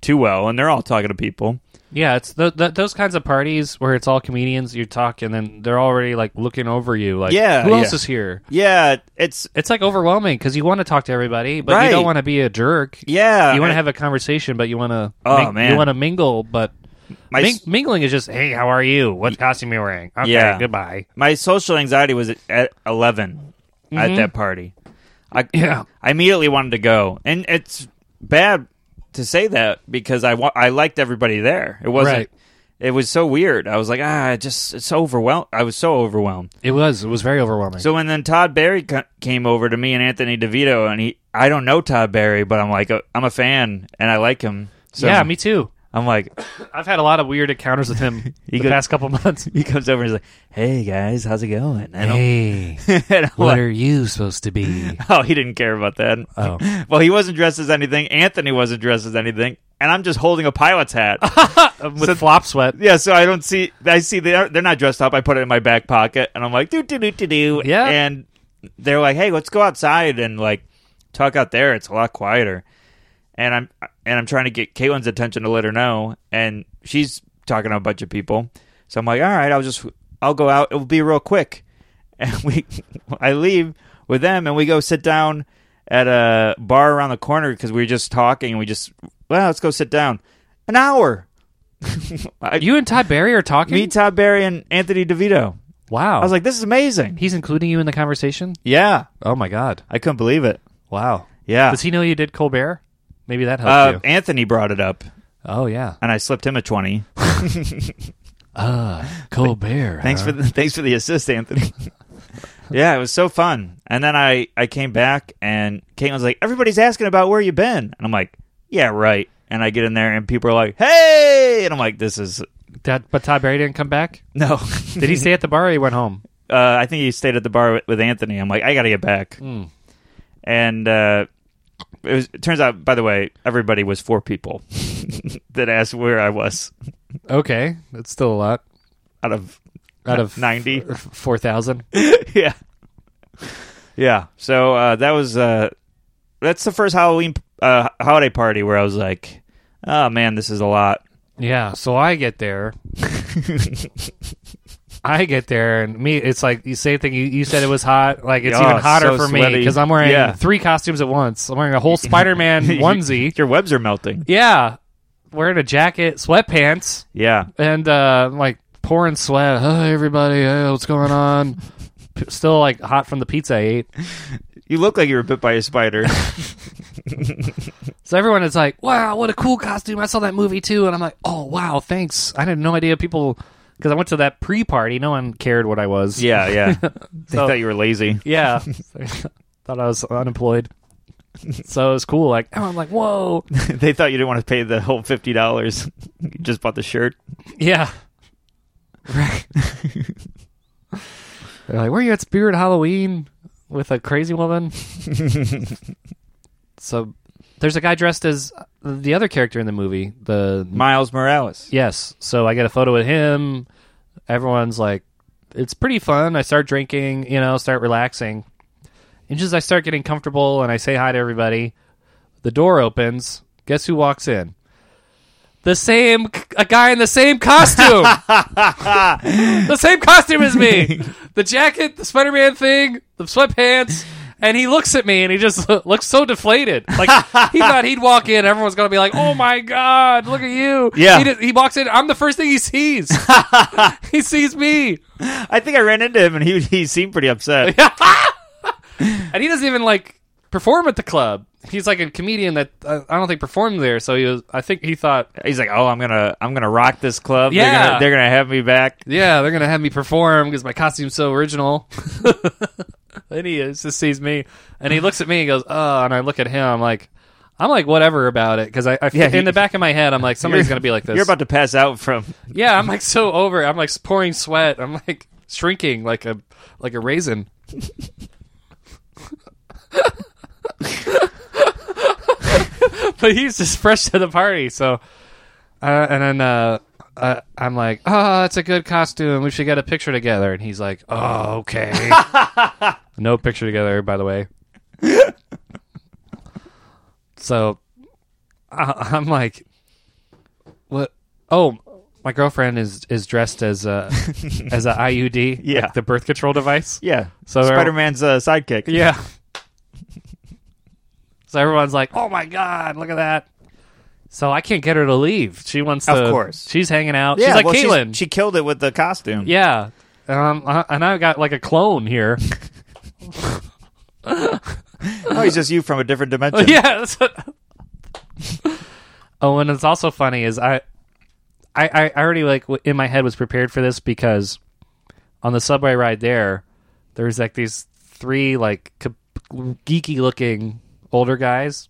Speaker 2: too well, and they're all talking to people.
Speaker 1: Yeah, it's th th those kinds of parties where it's all comedians. You talk, and then they're already like looking over you, like,
Speaker 2: Yeah,
Speaker 1: who else
Speaker 2: yeah.
Speaker 1: is here?
Speaker 2: Yeah, it's
Speaker 1: It's like overwhelming because you want to talk to everybody, but you
Speaker 2: Right.
Speaker 1: don't want to be a jerk.
Speaker 2: yeah.
Speaker 1: you want to have a conversation, but you want to.
Speaker 2: Oh, man.
Speaker 1: you want to mingle, but
Speaker 2: my
Speaker 1: ming- mingling is just, hey, how are you? What costume you wearing? Okay,
Speaker 2: Yeah.
Speaker 1: goodbye.
Speaker 2: my social anxiety was at 11 at that party. I
Speaker 1: Mm-hmm. Yeah.
Speaker 2: I immediately wanted to go, and it's bad to say that because I wa- I liked everybody there. It
Speaker 1: Right.
Speaker 2: wasn't. It was so weird. I was like, ah, it just it's so overwhelmed. I was so overwhelmed.
Speaker 1: It was, it was very overwhelming.
Speaker 2: So when then Todd Barry co- came over to me and Anthony DeVito, and he I don't know Todd Barry, but I'm like i I'm a fan and I like him. So
Speaker 1: yeah, me too.
Speaker 2: I'm like
Speaker 1: I've had a lot of weird encounters with him the
Speaker 2: goes-
Speaker 1: past couple months.
Speaker 2: he comes over and he's like, hey guys, how's it going? And I'm,
Speaker 1: Hey,
Speaker 2: and I'm like,
Speaker 1: you supposed to be?
Speaker 2: oh, he didn't care about that.
Speaker 1: Oh.
Speaker 2: Well, he wasn't dressed as anything. Anthony wasn't dressed as anything, and I'm just holding a pilot's hat.
Speaker 1: With flop sweat.
Speaker 2: yeah, so I don't see. I see they're they're not dressed up. I put it in my back pocket, and I'm like, do do do do do.
Speaker 1: Yeah.
Speaker 2: and they're like, hey, let's go outside and like talk out there. It's a lot quieter. And I'm and I'm trying to get Caitlin's attention to let her know, and she's talking to a bunch of people. So I'm like, all right, I'll just I'll go out. It'll be real quick. And we, I leave with them, and we go sit down at a bar around the corner because we were just talking, and we just well, let's go sit down. An hour. I-
Speaker 1: You and Todd Barry are talking.
Speaker 2: me, Todd Barry, and Anthony DeVito.
Speaker 1: wow.
Speaker 2: I was like, this is amazing.
Speaker 1: he's including you in the conversation.
Speaker 2: Oh. Yeah,
Speaker 1: Oh my god.
Speaker 2: I couldn't believe it.
Speaker 1: Wow.
Speaker 2: Yeah,
Speaker 1: Does he know you did Colbert? Maybe that helped
Speaker 2: uh,
Speaker 1: you.
Speaker 2: Anthony brought it up,
Speaker 1: oh yeah.
Speaker 2: and I slipped him a twenty.
Speaker 1: Uh, Colbert.
Speaker 2: Thanks for the, thanks for the assist, Anthony. yeah, it was so fun. And then I I came back, and Caitlin was like, everybody's asking about where you been, and I'm like, yeah, right. And I get in there, and people are like, hey, and I'm like, this is
Speaker 1: that, but Todd Barry didn't come back.
Speaker 2: no.
Speaker 1: Did he stay at the bar? or He went home.
Speaker 2: uh, I think he stayed at the bar with, with Anthony. I'm like, I got to get back. And uh, it, was, it turns out, by the way, everybody was four people that asked where I was
Speaker 1: Okay, that's still a lot.
Speaker 2: out of
Speaker 1: Out of
Speaker 2: 90.
Speaker 1: four thousand.
Speaker 2: yeah, yeah. So uh, that was uh, that's the first Halloween uh, holiday party where I was like, oh man, this is a lot.
Speaker 1: Yeah, so I get there. I get there, and me, it's like you say thing. You, you said it was hot. Like it's
Speaker 2: Oh,
Speaker 1: even hotter
Speaker 2: so
Speaker 1: for me me
Speaker 2: sweaty.
Speaker 1: because I'm wearing
Speaker 2: Yeah.
Speaker 1: three costumes at once. I'm wearing a whole Spider-Man onesie.
Speaker 2: Your webs are melting.
Speaker 1: Yeah, wearing a jacket, sweatpants,
Speaker 2: Yeah,
Speaker 1: and uh, like pouring sweat. Oh, everybody, hey, what's going on? P- Still like hot from the pizza I ate.
Speaker 2: you look like you were bit by a spider.
Speaker 1: So everyone is like, "Wow, what a cool costume! I saw that movie too." And I'm like, "Oh, wow, thanks. I had no idea people." Because I went to that pre-party, no one cared what I was.
Speaker 2: yeah, yeah. They
Speaker 1: So-
Speaker 2: thought you were lazy.
Speaker 1: Yeah. Thought I was unemployed. So it was cool. Like, oh, I'm like, whoa.
Speaker 2: they thought you didn't want to pay the whole fifty dollars. you just bought the shirt.
Speaker 1: Yeah. Right. They're like, were you at Spirit Halloween with a crazy woman? so there's a guy dressed as the other character in the movie. The
Speaker 2: Miles Morales.
Speaker 1: Yes. So I get a photo with him. Everyone's like, it's pretty fun. I start drinking, you know, start relaxing. And just as I start getting comfortable and I say hi to everybody, the door opens. Guess who walks in? The same, a guy in the same costume. the same costume as me. The jacket, the Spider Man thing, the sweatpants. And he looks at me and he just looks so deflated. Like, he thought he'd walk in. Everyone's going to be like, oh my God, look at you.
Speaker 2: Yeah.
Speaker 1: He, did, he walks in. I'm the first thing he sees. he sees me.
Speaker 2: I think I ran into him and he he seemed pretty upset.
Speaker 1: And he doesn't even, like, perform at the club. He's like a comedian that uh, I don't think performed there. So he was, I think he thought,
Speaker 2: He's like, "Oh, I'm gonna I'm gonna rock this club. They're,
Speaker 1: Yeah.
Speaker 2: gonna, they're gonna have me back."
Speaker 1: yeah, they're going to have me perform because my costume's so original. and he is, just sees me. And he looks at me and goes, oh, and I look at him. I'm like, I'm like, whatever about it. Because I, I
Speaker 2: Yeah, he-
Speaker 1: in the back of my head, I'm like, somebody's going to be like this.
Speaker 2: You're about to pass out from.
Speaker 1: Yeah, I'm like so over. it. I'm like pouring sweat. I'm like shrinking like a like a raisin. but he's just fresh to the party, so uh, and then uh, uh, I'm like, "Oh, that's a good costume. We should get a picture together." And he's like, "Oh, okay." no picture together, by the way. so I- I'm like, oh, my girlfriend is is dressed as a as a IUD,
Speaker 2: Yeah.
Speaker 1: like the birth control device.
Speaker 2: Yeah.
Speaker 1: So-
Speaker 2: Spider Man's uh, sidekick.
Speaker 1: Yeah. so everyone's like, "Oh my god, look at that!" So I can't get her to leave. She wants
Speaker 2: Of
Speaker 1: to.
Speaker 2: course.
Speaker 1: she's hanging out.
Speaker 2: Yeah,
Speaker 1: she's like
Speaker 2: well,
Speaker 1: Caitlyn.
Speaker 2: she killed it with the costume.
Speaker 1: yeah, um, I- and I've got like a clone here.
Speaker 2: Oh, he's just you from a different dimension.
Speaker 1: yeah. that's what- oh, and it's also funny is I, I, I already like w- in my head was prepared for this because on the subway ride there, there's like these three like co- geeky looking older guys,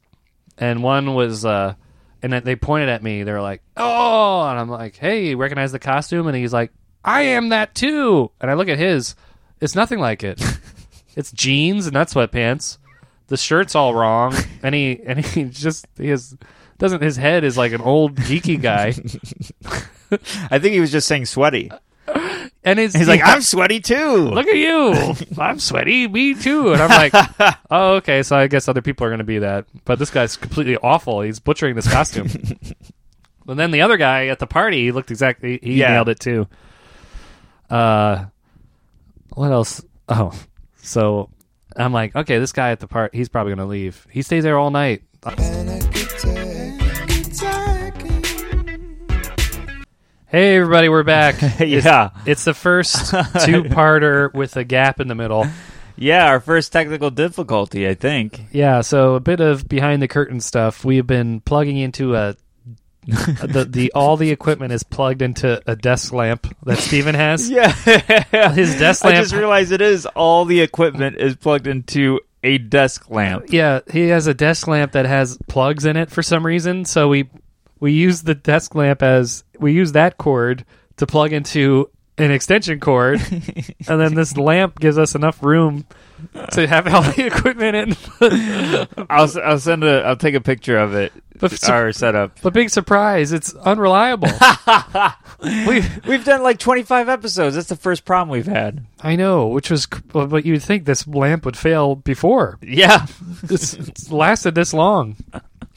Speaker 1: and one was uh, and then they pointed at me. They're like, "Oh," and I'm like, "Hey, you recognize the costume?" And he's like, "I am that too." And I look at his. It's nothing like it. it's jeans and not sweatpants the shirt's all wrong and he and he just he has doesn't his head is like an old geeky guy
Speaker 2: I think he was just saying sweaty.
Speaker 1: and it's,
Speaker 2: He's like, I'm sweaty too.
Speaker 1: look at you i'm sweaty me too and i'm like oh okay so i guess other people are going to be that but this guy's completely awful he's butchering this costume and then the other guy at the party he looked exactly he
Speaker 2: Yeah.
Speaker 1: nailed it too uh what else oh so i'm like okay this guy at the part he's probably going to leave he stays there all night
Speaker 4: panic attack, attacking.
Speaker 1: Hey everybody, we're back.
Speaker 2: yeah.
Speaker 1: It's the first two-parter with a gap in the middle.
Speaker 2: Yeah, our first technical difficulty, I think.
Speaker 1: Yeah, so a bit of behind the curtain stuff. We've been plugging into a the, the all the equipment is plugged into a desk lamp that Steven has.
Speaker 2: Yeah.
Speaker 1: His desk
Speaker 2: I
Speaker 1: lamp.
Speaker 2: just realized it is all the equipment is plugged into a desk lamp.
Speaker 1: Yeah, he has a desk lamp that has plugs in it for some reason. So we we use the desk lamp as we use that cord to plug into an extension cord, and then this lamp gives us enough room to have all the equipment in.
Speaker 2: I'll, s- I'll send a I'll take a picture of it.
Speaker 1: But s-
Speaker 2: our setup.
Speaker 1: But big surprise, it's unreliable. we,
Speaker 2: We've done like 25 episodes. That's the first problem we've had.
Speaker 1: I know, which was, c- well, but you'd think this lamp would fail before.
Speaker 2: Yeah.
Speaker 1: It's, it's lasted this long,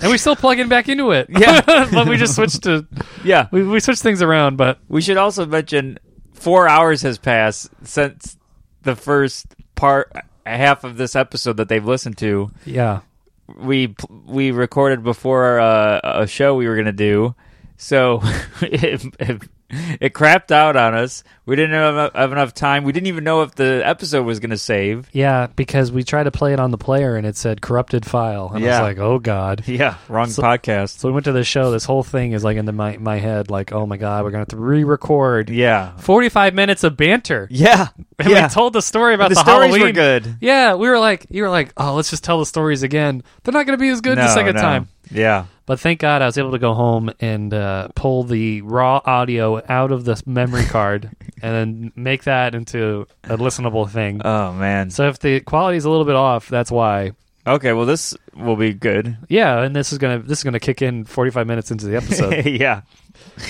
Speaker 1: and we still plug in back into it.
Speaker 2: Yeah.
Speaker 1: but we just switched to
Speaker 2: Yeah.
Speaker 1: we, we switched things around. But
Speaker 2: We should also mention 4 hours has passed since the first part half of this episode that they've listened to.
Speaker 1: yeah,
Speaker 2: we pl- we recorded before uh, a show we were gonna do, so it, it, it crapped out on us. We didn't have, have enough time. We didn't even know if the episode was gonna save.
Speaker 1: yeah, because we tried to play it on the player and it said corrupted file, and I
Speaker 2: Yeah.
Speaker 1: was like, oh god.
Speaker 2: Yeah, wrong podcast.
Speaker 1: So we went to the show. This whole thing is like into my my head, like, oh my god, we're gonna have to re-record
Speaker 2: Yeah,
Speaker 1: 45 minutes of banter.
Speaker 2: yeah,
Speaker 1: And
Speaker 2: yeah.
Speaker 1: we told the story about
Speaker 2: the
Speaker 1: the,
Speaker 2: stories
Speaker 1: Halloween.
Speaker 2: were good.
Speaker 1: Yeah, we were like, you were like, oh, let's just tell the stories again. They're not going to be as good the
Speaker 2: No,
Speaker 1: second
Speaker 2: no.
Speaker 1: time.
Speaker 2: Yeah,
Speaker 1: But thank God I was able to go home and uh, pull the raw audio out of the memory card and then make that into a listenable thing.
Speaker 2: oh man.
Speaker 1: so if the quality's a little bit off, that's why.
Speaker 2: okay, well this will be good.
Speaker 1: Yeah, and this is gonna this is gonna kick in 45 minutes into the episode.
Speaker 2: yeah,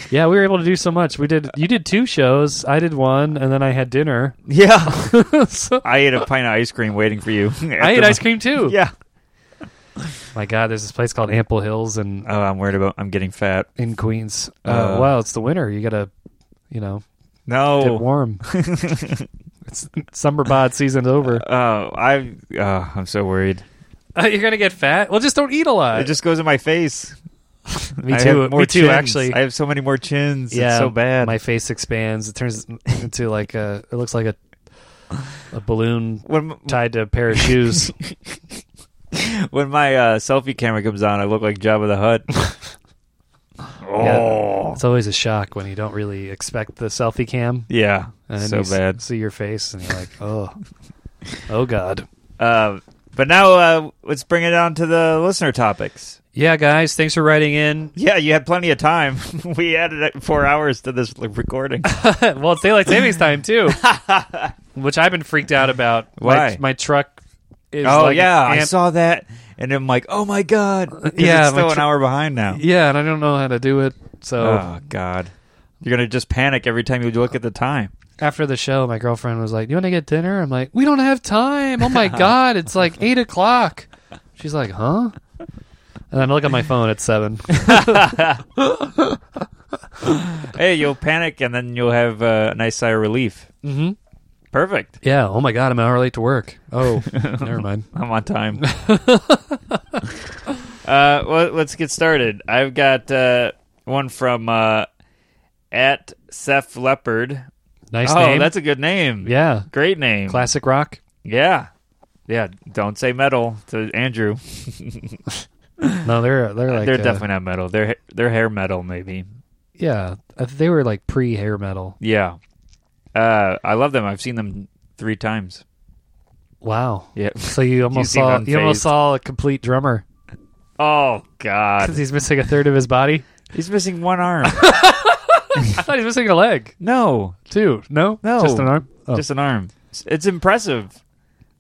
Speaker 1: yeah, we were able to do so much. We did you did two shows, I did one, and then I had dinner.
Speaker 2: yeah.
Speaker 1: So-
Speaker 2: I ate a pint of ice cream waiting for you.
Speaker 1: I ate ice cream too.
Speaker 2: Yeah.
Speaker 1: My God, there's this place called Ample Hills and
Speaker 2: Oh, I'm worried about. I'm getting fat.
Speaker 1: in Queens. Uh, Oh.
Speaker 2: Uh,
Speaker 1: well, it's the winter. You gotta, you know, get
Speaker 2: No.
Speaker 1: warm. it's summer bod season's over.
Speaker 2: Oh, I. Oh, I'm so worried.
Speaker 1: Uh, you're gonna get fat. Well, just don't eat a lot.
Speaker 2: it just goes in my face.
Speaker 1: Uh, me
Speaker 2: I
Speaker 1: too.
Speaker 2: have more
Speaker 1: Me too.
Speaker 2: chins.
Speaker 1: Actually,
Speaker 2: I have so many more chins.
Speaker 1: yeah,
Speaker 2: it's so bad.
Speaker 1: My face expands. It turns into like a. It looks like a a balloon
Speaker 2: when m-
Speaker 1: tied to a pair of shoes.
Speaker 2: when my uh, selfie camera comes on, I look like Jabba the Hutt. oh,
Speaker 1: It's always a shock when you don't really expect the selfie cam.
Speaker 2: yeah,
Speaker 1: And then
Speaker 2: so
Speaker 1: you s-
Speaker 2: bad.
Speaker 1: See your face, and you're like, oh, oh God.
Speaker 2: Uh, but now uh, let's bring it on to the listener topics.
Speaker 1: Yeah, guys, thanks for writing in.
Speaker 2: Yeah, you had plenty of time. we added uh, four hours to this l- recording.
Speaker 1: well, it's daylight savings time too, which I've been freaked out about.
Speaker 2: Why?
Speaker 1: My, my truck is
Speaker 2: oh
Speaker 1: like
Speaker 2: yeah, I
Speaker 1: amped-
Speaker 2: saw that, and I'm like, oh my god, 'cause
Speaker 1: Yeah,
Speaker 2: it's
Speaker 1: my
Speaker 2: still an
Speaker 1: tr-
Speaker 2: hour behind now.
Speaker 1: yeah, and I don't know how to do it. So
Speaker 2: Oh god, you're gonna just panic every time you look at the time.
Speaker 1: after the show, my girlfriend was like, "You want to get dinner?" I'm like, "We don't have time. Oh my god, it's like eight o'clock." She's like, "Huh?" And then I look at my phone at seven.
Speaker 2: Hey, you'll panic and then you'll have uh, a nice sigh of relief.
Speaker 1: mm-hmm.
Speaker 2: Perfect.
Speaker 1: Yeah. Oh my God, I'm an hour late to work. Oh, never mind.
Speaker 2: I'm on time. uh, well, let's get started. I've got uh, one from uh, at Seth Leopard.
Speaker 1: Nice
Speaker 2: oh,
Speaker 1: name.
Speaker 2: that's a good name.
Speaker 1: yeah.
Speaker 2: Great name.
Speaker 1: Classic rock.
Speaker 2: Yeah. Yeah. Don't say metal to Andrew.
Speaker 1: No, they're they're like
Speaker 2: they're
Speaker 1: uh,
Speaker 2: definitely not metal. They're they're hair metal maybe.
Speaker 1: yeah. I th- They were like pre hair metal.
Speaker 2: Yeah. Uh, I love them. I've seen them three times.
Speaker 1: Wow.
Speaker 2: Yeah.
Speaker 1: So you almost
Speaker 2: seem
Speaker 1: saw you
Speaker 2: unfazed.
Speaker 1: almost saw a complete drummer
Speaker 2: Oh
Speaker 1: because
Speaker 2: God.
Speaker 1: he's missing a third of his body.
Speaker 2: He's missing one arm.
Speaker 1: I thought he's missing a leg
Speaker 2: no,
Speaker 1: too. No,
Speaker 2: No.
Speaker 1: just an arm. Oh.
Speaker 2: just an arm. It's, it's impressive.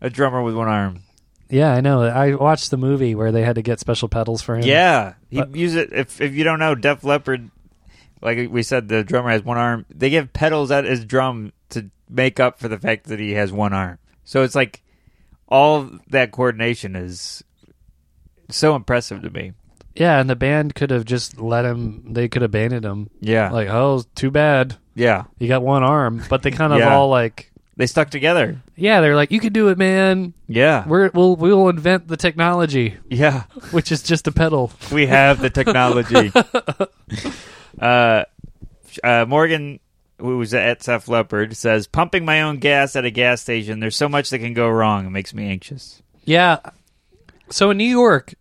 Speaker 2: A drummer with one arm.
Speaker 1: yeah, I know. I watched the movie where they had to get special pedals for him.
Speaker 2: Yeah, he
Speaker 1: But-
Speaker 2: use it. If if you don't know, Def Leppard, like we said, the drummer has one arm. They give pedals at his drum to make up for the fact that he has one arm. So it's like all that coordination is so impressive to me.
Speaker 1: yeah, and the band could have just let him. They could have abandoned him.
Speaker 2: Yeah,
Speaker 1: Like, oh, too bad.
Speaker 2: yeah,
Speaker 1: You got one arm, but they kind of
Speaker 2: Yeah.
Speaker 1: all like,
Speaker 2: they stuck together.
Speaker 1: yeah, they're like, you can do it, man.
Speaker 2: Yeah,
Speaker 1: We're, we'll we'll invent the technology,
Speaker 2: yeah,
Speaker 1: which is just a pedal.
Speaker 2: we have the technology. uh, uh, Morgan, who was at Seth Leopard, says, "Pumping my own gas at a gas station. There's so much that can go wrong. It makes me anxious."
Speaker 1: Yeah. So in New York,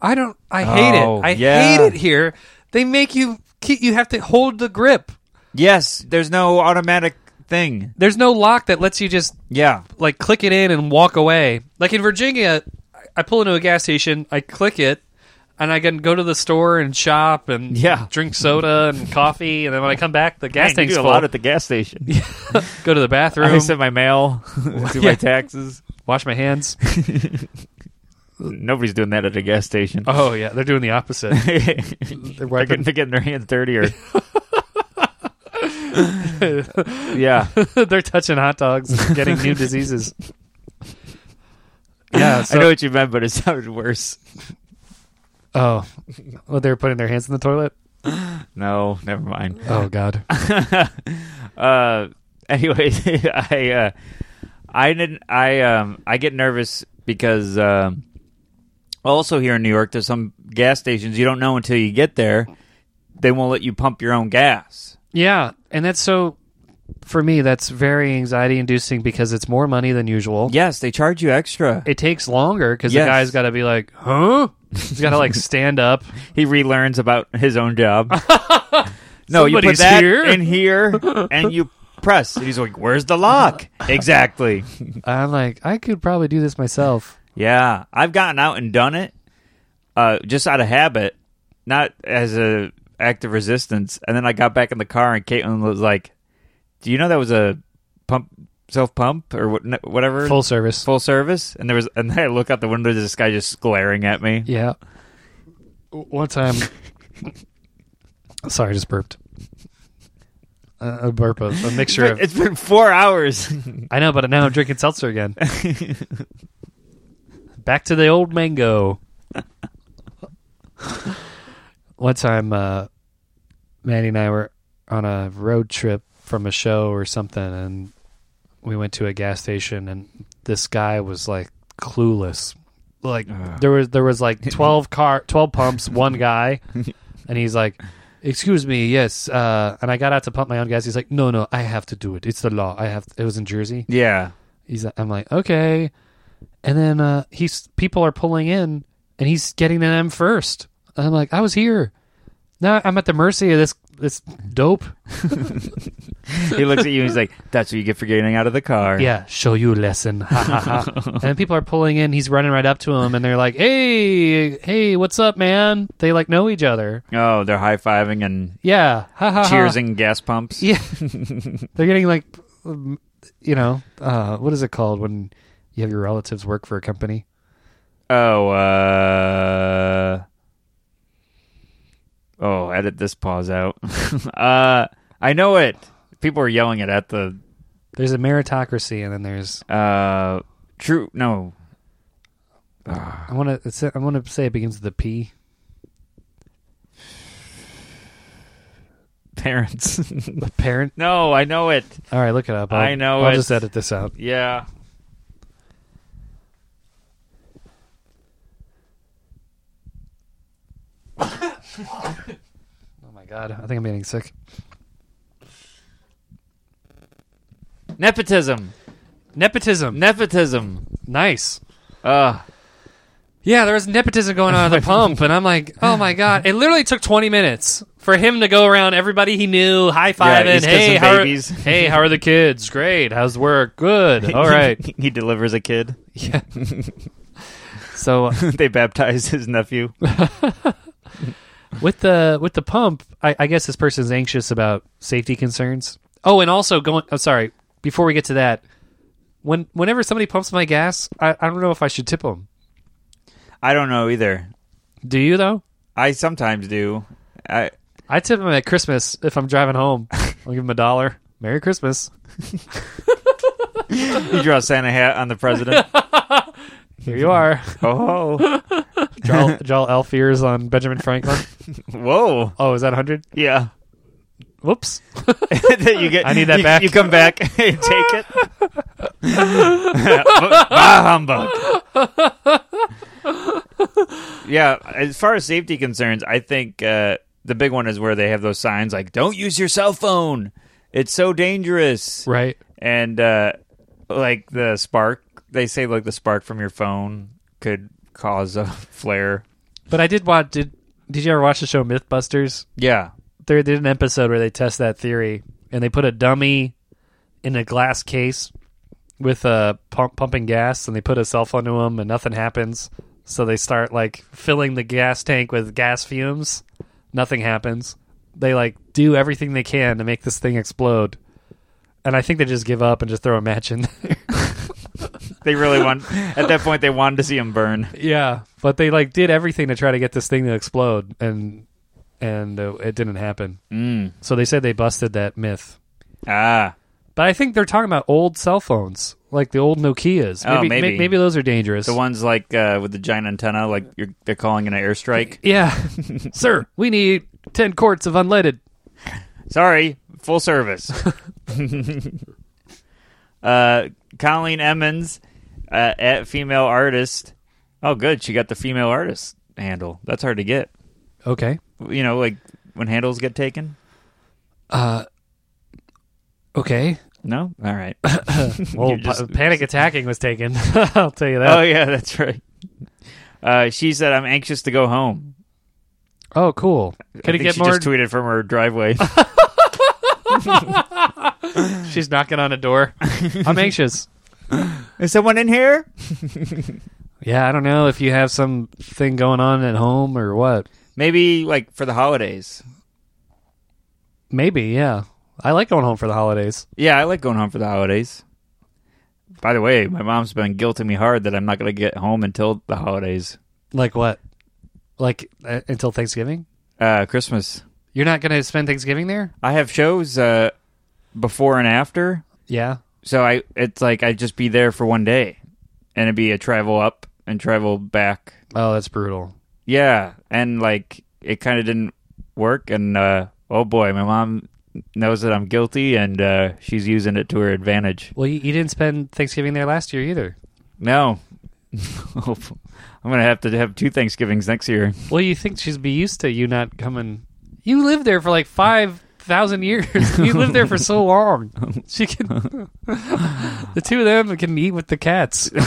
Speaker 1: I don't. I hate
Speaker 2: Oh,
Speaker 1: it. I
Speaker 2: yeah.
Speaker 1: hate it here. They make you. keep- You have to hold the grip.
Speaker 2: Yes, there's no automatic thing.
Speaker 1: There's no lock that lets you just
Speaker 2: Yeah.
Speaker 1: like click it in and walk away. Like in Virginia, I- I pull into a gas station, I click it, and I can go to the store and shop and
Speaker 2: Yeah.
Speaker 1: drink soda and coffee, and then when I come back, the gas
Speaker 2: Man, you
Speaker 1: tank's
Speaker 2: do a
Speaker 1: full.
Speaker 2: lot at the gas station.
Speaker 1: go to the
Speaker 2: I
Speaker 1: bathroom,
Speaker 2: always send my mail, do
Speaker 1: Yeah.
Speaker 2: my taxes.
Speaker 1: wash my hands.
Speaker 2: Nobody's doing that at a gas station.
Speaker 1: Oh yeah, they're doing the opposite.
Speaker 2: they're,
Speaker 1: wiping-
Speaker 2: getting, they're getting their hands dirtier. yeah.
Speaker 1: they're touching hot dogs and getting new diseases. Yeah, so,
Speaker 2: I know what you meant, but it sounded worse.
Speaker 1: Oh, well, they were putting their hands in the toilet.
Speaker 2: No, never mind.
Speaker 1: Oh God,
Speaker 2: uh, anyway, I uh, I didn't. I um, I get nervous because um, also here in New York, there's some gas stations you don't know until you get there. They won't let you pump your own gas.
Speaker 1: yeah, and that's so. For me, that's very anxiety-inducing because it's more money than usual.
Speaker 2: Yes, they charge you extra.
Speaker 1: it takes longer because
Speaker 2: Yes.
Speaker 1: the guy's got to be like, huh? He's got to like stand up.
Speaker 2: He relearns about his own job. no, you put
Speaker 1: Somebody's
Speaker 2: that
Speaker 1: here.
Speaker 2: in here and you press. And he's like, "Where's the lock?" exactly.
Speaker 1: I'm like, I could probably do this myself.
Speaker 2: Yeah, I've gotten out and done it, uh, just out of habit, not as a act of resistance. And then I got back in the car, and Caitlin was like, "Do you know that was a pump, self pump, or what, n- whatever,
Speaker 1: Full service.
Speaker 2: full service?" And there was, and I look out the window, there's this guy just glaring at me.
Speaker 1: Yeah. W- One time. Sorry, I just burped. Uh, a burp, a, a mixture of.
Speaker 2: It's been four hours.
Speaker 1: I know, but now I'm drinking seltzer again. Back to the old mango. One time, uh, Manny and I were on a road trip from a show or something, and we went to a gas station, and this guy was like clueless. Like
Speaker 2: Ugh.
Speaker 1: there was there was like twelve car twelve pumps, one guy, and he's like, "Excuse me, yes." Uh, and I got out to pump my own gas. He's like, "No, no, I have to do it. It's the law. I have." It was in Jersey.
Speaker 2: yeah,
Speaker 1: He's I'm like, okay. And then uh, he's people are pulling in and he's getting to them first. And I'm like, I was here. Now I'm at the mercy of this this dope.
Speaker 2: he looks at you. and He's like, "That's what you get for getting out of the car."
Speaker 1: Yeah, show you a lesson. Ha, ha, ha. and then people are pulling in, he's running right up to him and they're like, Hey, hey, what's up, man? They like know each other.
Speaker 2: Oh, they're high fiving and
Speaker 1: Yeah. Ha, ha, ha.
Speaker 2: cheersing gas pumps.
Speaker 1: Yeah. they're getting like um, you know, uh, what is it called when you have your relatives work for a company?
Speaker 2: Oh, uh. Oh, edit this pause out. uh, I know it. People are yelling it at the,
Speaker 1: There's a meritocracy and then there's
Speaker 2: uh, true, no.
Speaker 1: I want to. I want to say it begins with a P.
Speaker 2: Parents.
Speaker 1: The parent.
Speaker 2: no, I know it.
Speaker 1: All right, look it up. I'll,
Speaker 2: I know
Speaker 1: I'll
Speaker 2: it.
Speaker 1: just edit this out.
Speaker 2: Yeah.
Speaker 1: Oh my god, I think I'm getting sick.
Speaker 2: Nepotism.
Speaker 1: Nepotism.
Speaker 2: Nepotism.
Speaker 1: nice.
Speaker 2: Uh,
Speaker 1: Yeah, there was nepotism going on at the pump, and I'm like, oh my god! It literally took 20 minutes for him to go around everybody he knew, high
Speaker 2: Yeah,
Speaker 1: fiving.
Speaker 2: he's
Speaker 1: hey,
Speaker 2: kissing
Speaker 1: how are,
Speaker 2: babies.
Speaker 1: hey, how are the kids? Great. How's work? Good. All right.
Speaker 2: he delivers a kid.
Speaker 1: Yeah. so uh,
Speaker 2: they baptize his nephew.
Speaker 1: with the with the pump, I, I guess this person's anxious about safety concerns. Oh, and also going. Oh, sorry. Before we get to that, when whenever somebody pumps my gas, I, I don't know if I should tip them.
Speaker 2: I don't know either.
Speaker 1: Do you though?
Speaker 2: I sometimes do. I
Speaker 1: I tip them at Christmas if I'm driving home. I'll give them a dollar. Merry Christmas.
Speaker 2: you draw Santa hat on the president.
Speaker 1: Here you are.
Speaker 2: oh,
Speaker 1: Draw, draw elf ears on Benjamin Franklin.
Speaker 2: whoa,
Speaker 1: Oh, is that 100?
Speaker 2: yeah.
Speaker 1: Whoops.
Speaker 2: that you get.
Speaker 1: I need that
Speaker 2: you,
Speaker 1: back.
Speaker 2: You come back and take it. bah humbug. yeah, as far as safety concerns, I think uh, the big one is where they have those signs like "Don't use your cell phone; it's so dangerous."
Speaker 1: Right.
Speaker 2: and uh, like the spark they say like the spark from your phone could cause a flare
Speaker 1: But I did watch did did you ever watch the show Mythbusters?
Speaker 2: yeah
Speaker 1: There they did an episode where they test that theory and they put a dummy in a glass case with uh, pump pumping gas and they put a cell phone to him and nothing happens. So they start like filling the gas tank with gas fumes. Nothing happens. They like do everything they can to make this thing explode. And I think they just give up and just throw a match in there.
Speaker 2: they really want at that point they wanted to see him burn
Speaker 1: Yeah, but they like did everything to try to get this thing to explode, and and uh, it didn't happen.
Speaker 2: mm.
Speaker 1: So they said they busted that myth.
Speaker 2: ah
Speaker 1: But I think they're talking about old cell phones, like the old Nokia's.
Speaker 2: Oh,
Speaker 1: may-
Speaker 2: maybe.
Speaker 1: maybe those are dangerous.
Speaker 2: the ones like uh, with the giant antenna like you're, they're calling in an airstrike
Speaker 1: yeah, sir, we need ten quarts of unleaded.
Speaker 2: sorry full service uh, colleen emmons uh, at female artist oh good she got the female artist handle that's hard to get
Speaker 1: Okay.
Speaker 2: you know like when handles get taken
Speaker 1: Okay.
Speaker 2: no all right
Speaker 1: Well,
Speaker 2: You're just-
Speaker 1: pa- panic attacking was taken. I'll tell you
Speaker 2: Oh
Speaker 1: that.
Speaker 2: yeah, that's right. Uh, she said, "I'm anxious to go home."
Speaker 1: Oh, cool. Can
Speaker 2: I
Speaker 1: it
Speaker 2: think
Speaker 1: get
Speaker 2: she
Speaker 1: more?
Speaker 2: just tweeted from her driveway.
Speaker 1: She's knocking on a door. I'm anxious.
Speaker 2: Is someone in here?
Speaker 1: Yeah, I don't know if you have something going on at home or what.
Speaker 2: Maybe like for the holidays.
Speaker 1: Maybe, yeah. I like going home for the holidays.
Speaker 2: Yeah, I like going home for the holidays. By the way, my mom's been guilting me hard that I'm not going to get home until the holidays,
Speaker 1: Like what? Like uh, until Thanksgiving?
Speaker 2: uh, Christmas.
Speaker 1: You're not going to spend Thanksgiving there?
Speaker 2: I have shows uh, before and after,
Speaker 1: Yeah.
Speaker 2: so I it's like I'd just be there for one day, and it'd be a travel up and travel back.
Speaker 1: Oh, that's brutal.
Speaker 2: Yeah, and like it kind of didn't work, and uh, oh boy, my mom knows that I'm guilty, and uh, she's using it to her advantage.
Speaker 1: Well, you, you didn't spend Thanksgiving there last year either.
Speaker 2: No, I'm gonna have to have two Thanksgivings next year.
Speaker 1: Well, you think she'd be used to you not coming. You lived there for like 5,000 years. you lived there for so long. She can. the two of them can eat with the cats. they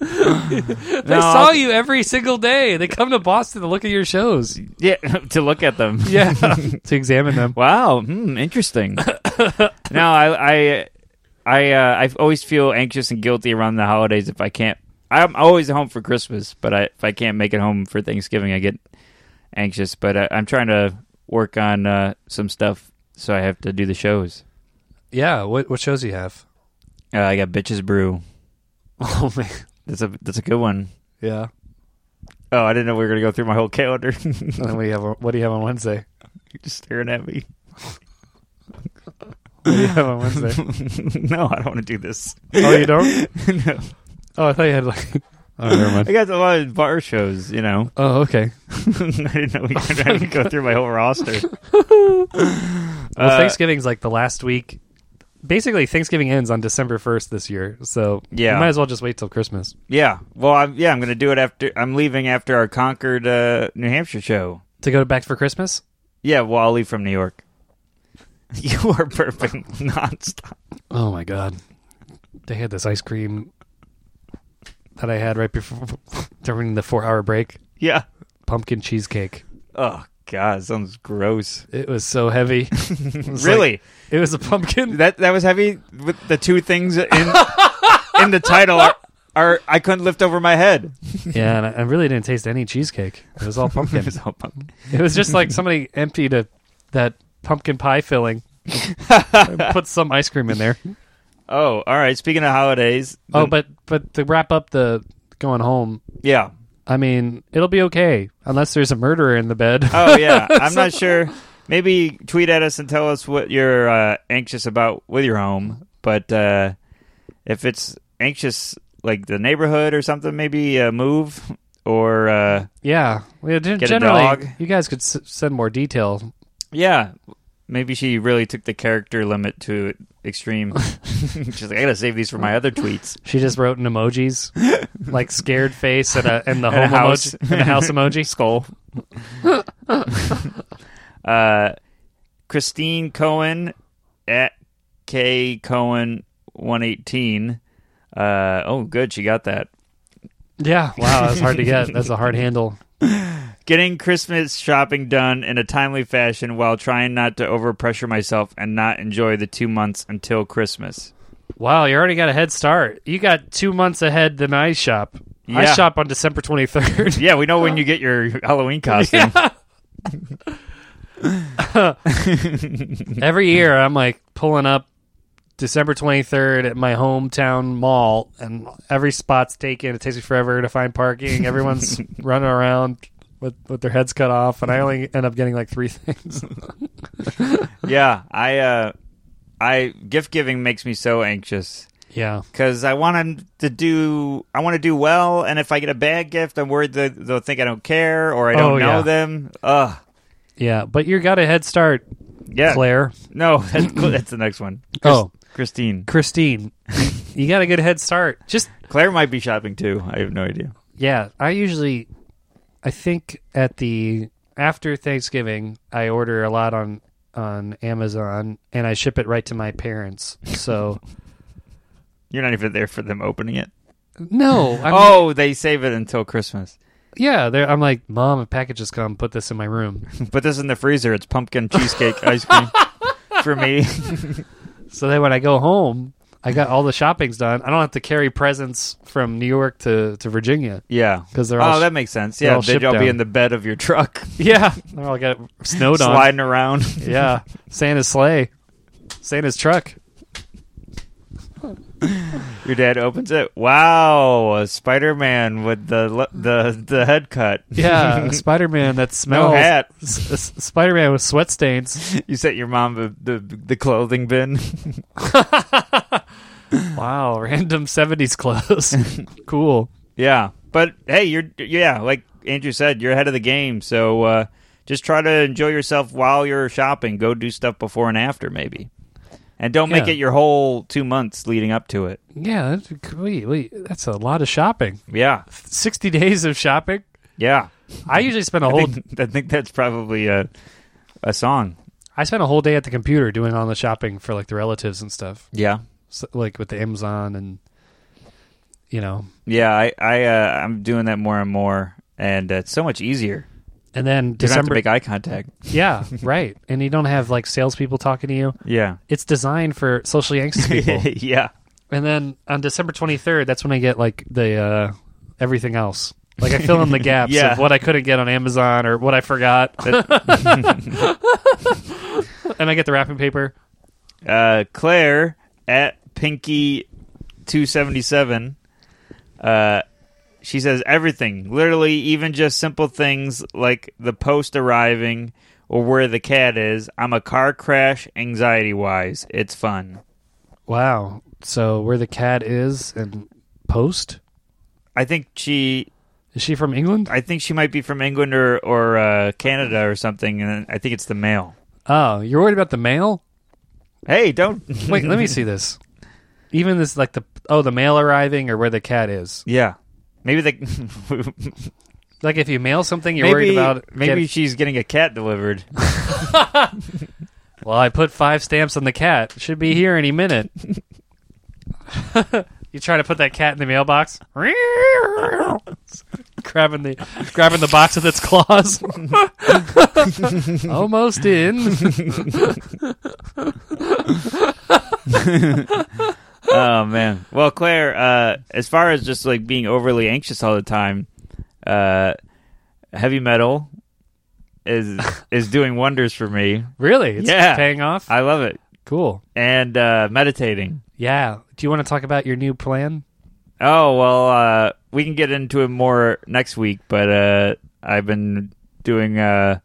Speaker 2: No,
Speaker 1: saw
Speaker 2: I'll-
Speaker 1: you every single day. They come to Boston to look at your shows.
Speaker 2: Yeah, to look at them.
Speaker 1: Yeah. to examine them.
Speaker 2: Wow. Hmm, interesting. no, I, I, I, uh, I always feel anxious and guilty around the holidays if I can't. I'm always home for Christmas, but I, if I can't make it home for Thanksgiving, I get anxious. But I, I'm trying to work on uh, some stuff, so I have to do the shows.
Speaker 1: Yeah. What, what shows do you have?
Speaker 2: Uh, I got Bitches Brew.
Speaker 1: Oh, man.
Speaker 2: That's a that's a good one.
Speaker 1: Yeah.
Speaker 2: Oh, I didn't know we were gonna go through my whole calendar.
Speaker 1: And then what do you have? On, what do you have on Wednesday?
Speaker 2: You're just staring at me.
Speaker 1: What do you have on Wednesday?
Speaker 2: no, I don't want to do this.
Speaker 1: oh, you don't.
Speaker 2: no.
Speaker 1: Oh, I thought you had like. Oh, never
Speaker 2: I
Speaker 1: mind.
Speaker 2: got a lot of bar shows, you know.
Speaker 1: Oh, okay.
Speaker 2: I didn't know we could I had to go through my whole roster.
Speaker 1: Well,
Speaker 2: Uh,
Speaker 1: Thanksgiving's like the last week. Basically, Thanksgiving ends on December first this year, so
Speaker 2: Yeah.
Speaker 1: you might as well just wait till Christmas.
Speaker 2: Yeah. Well, I'm, yeah, I'm going to do it after. I'm leaving after our Concord, uh, New Hampshire show.
Speaker 1: To go back for Christmas,
Speaker 2: Yeah, well, I'll leave from New York. You are burping nonstop.
Speaker 1: Oh my god. They had this ice cream that I had right before during the 4-hour break,
Speaker 2: Yeah.
Speaker 1: pumpkin cheesecake.
Speaker 2: Oh God, sounds gross.
Speaker 1: It was so heavy. It was
Speaker 2: really?
Speaker 1: like- it was a pumpkin.
Speaker 2: that that was heavy. With the two things in in the title are, are I couldn't lift over my head.
Speaker 1: yeah, and I, I really didn't taste any cheesecake. It was all pumpkin.
Speaker 2: It was all pumpkin.
Speaker 1: it was just like somebody emptied a that pumpkin pie filling and put some ice cream in there.
Speaker 2: Oh, all right. Speaking of holidays,
Speaker 1: Oh,
Speaker 2: the-
Speaker 1: but but to wrap up the going home,
Speaker 2: yeah.
Speaker 1: I mean, it'll be okay unless there's a murderer in the bed.
Speaker 2: Oh yeah. I'm not sure. Maybe tweet at us and tell us what you're uh, anxious about with your home. But uh, if it's anxious, like the neighborhood or something, maybe uh, move or uh,
Speaker 1: Yeah, well, gen-
Speaker 2: Get a
Speaker 1: generally,
Speaker 2: dog.
Speaker 1: you guys could s- send more detail.
Speaker 2: yeah. Maybe she really took the character limit to extreme. She's like, I gotta save these for my other tweets.
Speaker 1: She just wrote in emojis, like scared face and, a, and the home
Speaker 2: And a house.
Speaker 1: emoji, and a house emoji.
Speaker 2: skull. uh, Christine Cohen at K Cohen one eighteen. Uh, oh, good, she got that.
Speaker 1: Yeah, wow, that's hard to get. That's a hard handle.
Speaker 2: Getting Christmas shopping done in a timely fashion while trying not to overpressure myself and not enjoy the two months until Christmas.
Speaker 1: Wow, you already got a head start. You got two months ahead than I shop. I
Speaker 2: Yeah.
Speaker 1: shop on December twenty third.
Speaker 2: Yeah, we know when you get your Halloween costume.
Speaker 1: Every year, I'm like pulling up December 23rd at my hometown mall, and every spot's taken. It takes me forever to find parking. Everyone's running around with, with their heads cut off, and I only end up getting like three things.
Speaker 2: yeah, I, uh, I gift giving makes me so anxious.
Speaker 1: yeah.
Speaker 2: because I want 'em to do I want to do well, and if I get a bad gift, I'm worried that they'll think I don't care or I don't
Speaker 1: Oh,
Speaker 2: know
Speaker 1: yeah.
Speaker 2: them. Ugh.
Speaker 1: Yeah. But you got a head start,
Speaker 2: Yeah.
Speaker 1: Claire.
Speaker 2: No, that's, that's the next one.
Speaker 1: Oh.
Speaker 2: Christine.
Speaker 1: Christine, you got a good head start. Just,
Speaker 2: Claire might be shopping too. I have no idea.
Speaker 1: yeah. I usually, I think at the after Thanksgiving, I order a lot on on Amazon and I ship it right to my parents. So.
Speaker 2: You're not even there for them opening it.
Speaker 1: No. I'm,
Speaker 2: oh, they save it until Christmas.
Speaker 1: Yeah. they're- I'm like, Mom, a package has come. Put this in my room.
Speaker 2: Put this in the freezer. It's pumpkin cheesecake ice cream for me.
Speaker 1: so then when I go home, I got all the shopping's done. I don't have to carry presents from New York to, to Virginia
Speaker 2: yeah.
Speaker 1: because they're all.
Speaker 2: Oh, that makes sense.
Speaker 1: they're
Speaker 2: Yeah,
Speaker 1: all
Speaker 2: they'd
Speaker 1: shipped
Speaker 2: all be
Speaker 1: down.
Speaker 2: in the bed of your truck,
Speaker 1: yeah. They're all got snowed on.
Speaker 2: sliding around.
Speaker 1: Yeah. Santa's sleigh. Santa's truck.
Speaker 2: Your dad opens it. Wow, Spider Man with the le- the the head cut.
Speaker 1: Yeah. Spider Man that
Speaker 2: no
Speaker 1: smells.
Speaker 2: hat.
Speaker 1: Spider Man with sweat stains.
Speaker 2: You sent your mom the the, the clothing bin.
Speaker 1: Wow. Random 70s clothes. cool.
Speaker 2: yeah, but hey, you're yeah, like Andrew said, you're ahead of the game. So uh, just try to enjoy yourself while you're shopping. Go do stuff before and after, maybe, and don't make
Speaker 1: Yeah.
Speaker 2: it your whole two months leading up to it.
Speaker 1: Yeah. That's, wait, wait, that's a lot of shopping.
Speaker 2: Yeah,
Speaker 1: 60 days of shopping.
Speaker 2: yeah.
Speaker 1: I usually spend a
Speaker 2: I
Speaker 1: whole
Speaker 2: think, I think that's probably a a song.
Speaker 1: I spent a whole day at the computer doing all the shopping for like the relatives and stuff,
Speaker 2: Yeah.
Speaker 1: so, like with the Amazon and you know.
Speaker 2: Yeah, I, I uh, I'm doing that more and more, and uh, it's so much easier.
Speaker 1: And then
Speaker 2: You don't have to
Speaker 1: December,
Speaker 2: make eye contact.
Speaker 1: yeah, right. And you don't have like salespeople talking to you.
Speaker 2: Yeah,
Speaker 1: It's designed for socially anxious people.
Speaker 2: yeah,
Speaker 1: and then on December twenty third, that's when I get like the uh, everything else. Like I fill in the gaps
Speaker 2: Yeah.
Speaker 1: of what I couldn't get on Amazon or what I forgot,
Speaker 2: That-
Speaker 1: and I get the wrapping paper.
Speaker 2: uh, Claire at Pinky two seventy seven. Uh, she says everything, literally, even just simple things like the post arriving or where the cat is. I'm a car crash anxiety wise. It's fun.
Speaker 1: Wow. So where the cat is and post.
Speaker 2: I think she
Speaker 1: Is she from England?
Speaker 2: I think she might be from England or or uh, Canada or something, and I think it's the male.
Speaker 1: Oh, you're worried about the mail?
Speaker 2: Hey, don't
Speaker 1: Wait, let me see this. Even this, like the oh, the mail arriving or where the cat is.
Speaker 2: Yeah, maybe the
Speaker 1: Like if you mail something, you're
Speaker 2: maybe
Speaker 1: worried about.
Speaker 2: maybe
Speaker 1: getting-
Speaker 2: she's getting a cat delivered.
Speaker 1: well, I put five stamps on the cat. Should be here any minute. you try to put that cat in the mailbox. grabbing the grabbing the box with its claws. Almost in.
Speaker 2: oh man. Well, Claire, uh, as far as just like being overly anxious all the time, uh, heavy metal is is doing wonders for me.
Speaker 1: Really? It's
Speaker 2: Yeah.
Speaker 1: paying off.
Speaker 2: I love it,
Speaker 1: cool.
Speaker 2: and uh, meditating.
Speaker 1: Yeah. Do you want to talk about your new plan?
Speaker 2: Oh well, uh, we can get into it more next week. But uh, I've been doing uh,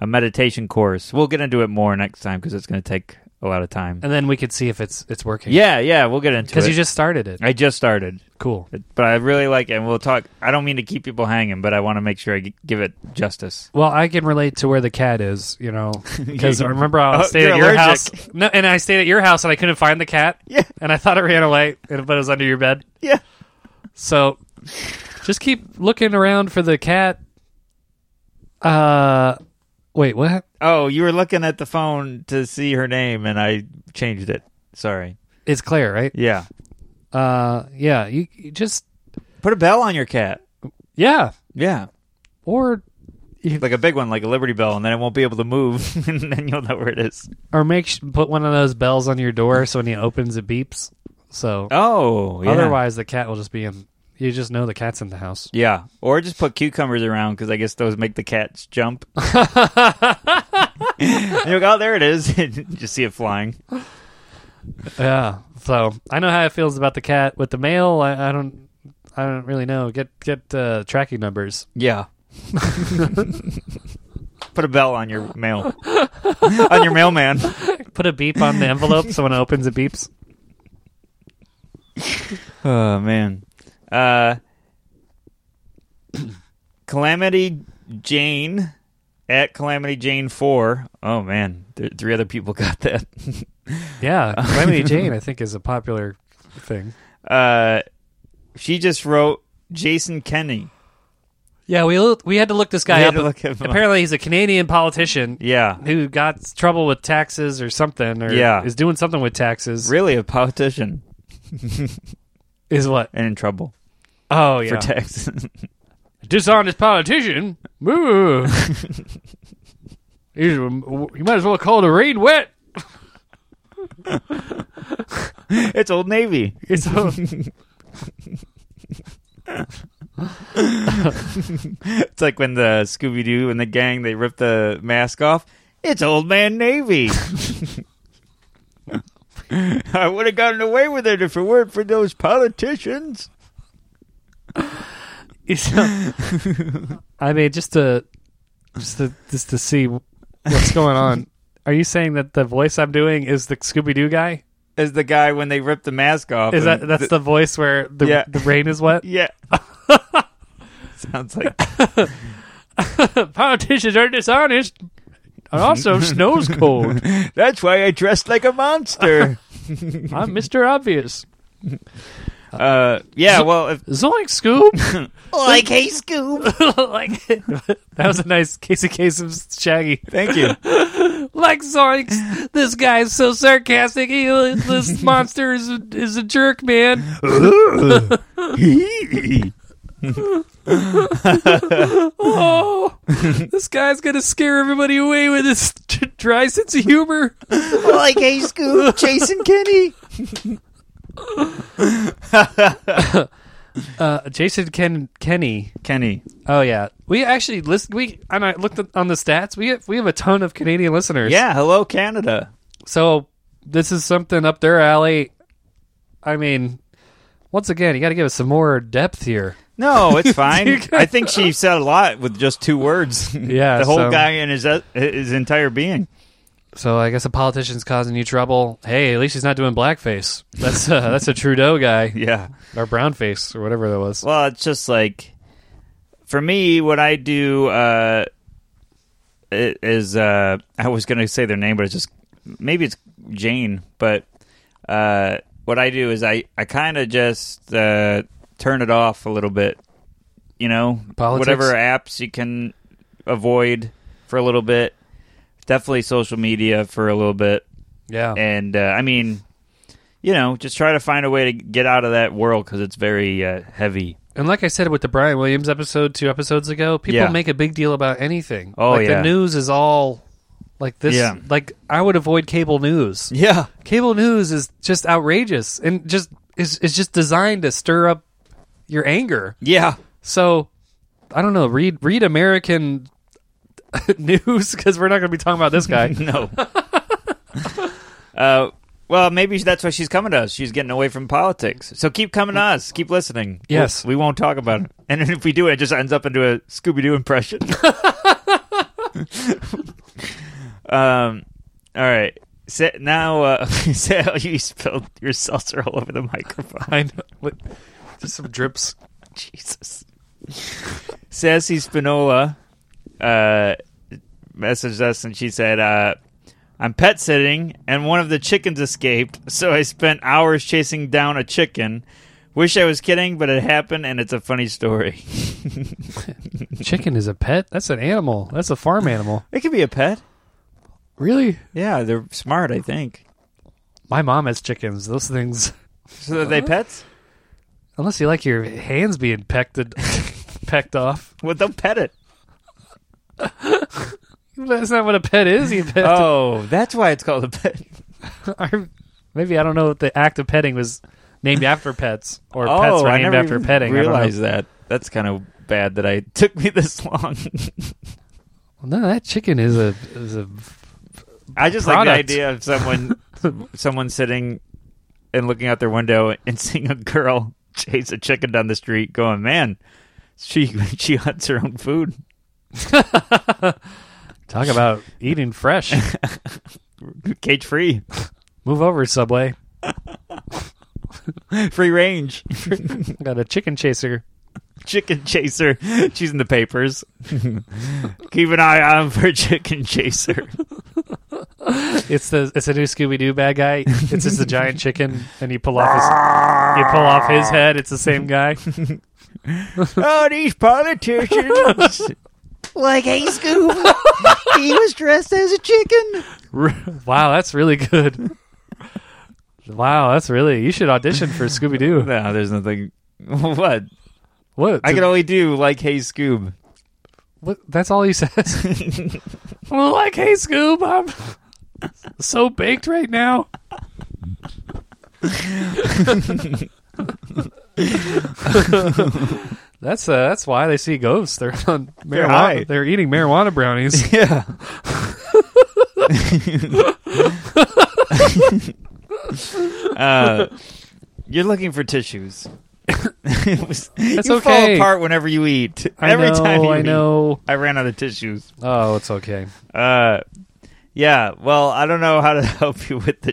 Speaker 2: a meditation course. We'll get into it more next time because it's going to take a lot of time.
Speaker 1: And then we could see if it's it's working.
Speaker 2: Yeah, yeah, we'll get into it.
Speaker 1: Because you just started it.
Speaker 2: I just started,
Speaker 1: Cool.
Speaker 2: but I really like it. And we'll talk. I don't mean to keep people hanging, but I want to make sure I g- give it justice.
Speaker 1: Well, I can relate to where the cat is, you know, because remember I
Speaker 2: Oh,
Speaker 1: stayed
Speaker 2: you're
Speaker 1: at your
Speaker 2: allergic.
Speaker 1: house. No, and I stayed at your house and I couldn't find the cat.
Speaker 2: Yeah.
Speaker 1: And I thought it ran away, and- but it was under your bed.
Speaker 2: Yeah.
Speaker 1: So just keep looking around for the cat. Uh, wait, what?
Speaker 2: Oh, you were looking at the phone to see her name, and I changed it. Sorry.
Speaker 1: It's Claire, right?
Speaker 2: Yeah.
Speaker 1: Uh, yeah. You, you just
Speaker 2: Put a bell on your cat.
Speaker 1: yeah,
Speaker 2: Yeah.
Speaker 1: or
Speaker 2: Like a big one, like a Liberty Bell, and then it won't be able to move, and then you'll know where it is.
Speaker 1: or make sh- put one of those bells on your door so when he opens it beeps. So
Speaker 2: Oh, yeah.
Speaker 1: otherwise the cat will just be in. You just know the cat's in the house.
Speaker 2: Yeah, or just put cucumbers around because I guess those make the cats jump. And you're like, oh, there it is. And you just see it flying.
Speaker 1: Yeah. So I know how it feels about the cat with the mail. I, I don't. I don't really know. Get get uh, tracking numbers.
Speaker 2: Yeah. put a bell on your mail, on your mailman.
Speaker 1: Put a beep on the envelope so when it opens, it beeps.
Speaker 2: Oh man. Uh, Calamity Jane at Calamity Jane four. Oh man, Th- three other people got that.
Speaker 1: Yeah, Calamity Jane, I think, is a popular thing.
Speaker 2: Uh, she just wrote Jason Kenny.
Speaker 1: Yeah, we look, we had to look this guy
Speaker 2: We had
Speaker 1: up.
Speaker 2: to look him up.
Speaker 1: Apparently, he's a Canadian politician
Speaker 2: Yeah.
Speaker 1: who got trouble with taxes or something, or
Speaker 2: Yeah.
Speaker 1: is doing something with taxes.
Speaker 2: Really, a politician
Speaker 1: Is what?
Speaker 2: and in trouble
Speaker 1: Oh yeah,
Speaker 2: for taxes.
Speaker 1: dishonest politician. Boo. He's- you might as well call the rain wet.
Speaker 2: it's Old Navy.
Speaker 1: It's a-
Speaker 2: It's like when the Scooby Doo and the gang they rip the mask off. It's Old Man Navy. I would have gotten away with it if it weren't for those politicians.
Speaker 1: It's not- I mean, just to just to just to see what's going on. Are you saying that the voice I'm doing is the Scooby Doo guy?
Speaker 2: Is the guy when they rip the mask off?
Speaker 1: Is that
Speaker 2: and
Speaker 1: that's the voice where the
Speaker 2: Yeah.
Speaker 1: the rain is wet?
Speaker 2: yeah? Sounds like
Speaker 1: Politicians are dishonest. And also, snow's cold.
Speaker 2: that's why I dressed like a monster.
Speaker 1: I'm Mister Obvious.
Speaker 2: uh, yeah. Well, if,
Speaker 1: Zoink, Scoob.
Speaker 2: like hey Scoob.
Speaker 1: like that was a nice Casey Kasem's Shaggy.
Speaker 2: Thank you.
Speaker 1: Like Zoinks, this guy's so sarcastic. He, this monster is a, is a jerk, man. Oh, this guy's gonna scare everybody away with his t- dry sense of humor.
Speaker 2: like hey Scoob, Jason Kenny.
Speaker 1: Uh, Jason Ken Kenny.
Speaker 2: Kenny.
Speaker 1: Oh yeah, we actually listen. We and I looked at, on the stats. We have, we have a ton of Canadian listeners.
Speaker 2: Yeah. Hello, Canada.
Speaker 1: So this is something up their alley. I mean, once again, you got to give us some more depth here.
Speaker 2: No, it's fine. I think she said a lot with just two words.
Speaker 1: Yeah,
Speaker 2: the whole
Speaker 1: so-
Speaker 2: guy and his his entire uh, being.
Speaker 1: So I guess a politician's causing you trouble. Hey, at least he's not doing blackface. That's uh, that's a Trudeau guy
Speaker 2: Yeah.
Speaker 1: or brownface or whatever that was.
Speaker 2: Well, it's just like for me, what I do uh, i- is uh, I was going to say their name, but it's just maybe it's Jane. But uh, what I do is I I kind of just uh, turn it off a little bit. You know,
Speaker 1: Politics?
Speaker 2: whatever apps you can avoid for a little bit. Definitely social media for a little bit
Speaker 1: Yeah,
Speaker 2: and uh, I mean, you know, just try to find a way to get out of that world because it's very uh, heavy.
Speaker 1: and like I said with the Brian Williams episode two episodes ago, people
Speaker 2: Yeah.
Speaker 1: make a big deal about anything.
Speaker 2: Oh,
Speaker 1: like
Speaker 2: yeah.
Speaker 1: the news is all like this.
Speaker 2: Yeah.
Speaker 1: Like I would avoid cable news.
Speaker 2: Yeah,
Speaker 1: Cable news is just outrageous and just is is just designed to stir up your anger.
Speaker 2: yeah,
Speaker 1: So I don't know. Read read American news because we're not going to be talking about this guy.
Speaker 2: no. uh, well, maybe that's why she's coming to us. She's getting away from politics. So keep coming to us. Keep listening.
Speaker 1: Yes.
Speaker 2: we, we won't talk about it. And if we do, it just ends up into a Scooby Doo impression. um. All right. Sa- now, uh, Sal, you spilled your seltzer all over the microphone.
Speaker 1: I know. What- Just some drips.
Speaker 2: Jesus. Sassy Spinola uh, messaged us and she said, uh, I'm pet sitting and one of the chickens escaped, so I spent hours chasing down a chicken. Wish I was kidding, but it happened and it's a funny story.
Speaker 1: Chicken is a pet. That's an animal. That's a farm animal.
Speaker 2: It could be a pet.
Speaker 1: Really?
Speaker 2: Yeah, they're smart, I think.
Speaker 1: My mom has chickens. Those things.
Speaker 2: So are they pets?
Speaker 1: Unless you like your hands being pecked pecked off.
Speaker 2: Well, they'll pet it.
Speaker 1: That's not what a pet is. You pet.
Speaker 2: Oh, that's why it's called a pet.
Speaker 1: I- Maybe I don't know if the act of petting was named after pets or
Speaker 2: oh,
Speaker 1: pets were
Speaker 2: I
Speaker 1: named
Speaker 2: never
Speaker 1: after
Speaker 2: even
Speaker 1: petting. I don't know.
Speaker 2: realized that. That's kind of bad that I took me this long.
Speaker 1: No, that chicken is a is a
Speaker 2: I just like
Speaker 1: product.
Speaker 2: the idea of someone someone sitting and looking out their window and seeing a girl chase a chicken down the street, going, "Man, she she hunts her own food."
Speaker 1: talk about eating fresh.
Speaker 2: Cage free,
Speaker 1: Move over, Subway.
Speaker 2: free range,
Speaker 1: Got a chicken chaser.
Speaker 2: chicken chaser. She's in the papers. Keep an eye on for chicken chaser.
Speaker 1: It's the it's a new Scooby Doo bad guy. It's just a giant chicken, and you pull off his you pull off his head. It's the same guy.
Speaker 2: oh, these politicians! like, hey, Scoob, he was dressed as a chicken.
Speaker 1: wow, that's really good. Wow, that's really you should audition for Scooby Doo.
Speaker 2: No, there's nothing. What?
Speaker 1: What?
Speaker 2: I can only do like, hey, Scoob.
Speaker 1: what- That's all he says. well, like, hey, Scoob, I'm so baked right now. that's uh, that's why they see ghosts. They're on marijuana. They're,
Speaker 2: high.
Speaker 1: eating marijuana brownies.
Speaker 2: Yeah. uh, you're looking for tissues. it was,
Speaker 1: That's
Speaker 2: you fall
Speaker 1: okay.
Speaker 2: apart whenever you eat.
Speaker 1: I
Speaker 2: Every
Speaker 1: know,
Speaker 2: time you
Speaker 1: I
Speaker 2: eat.
Speaker 1: know.
Speaker 2: I ran out of tissues.
Speaker 1: Oh, it's okay.
Speaker 2: Uh, yeah. Well, I don't know how to help you with the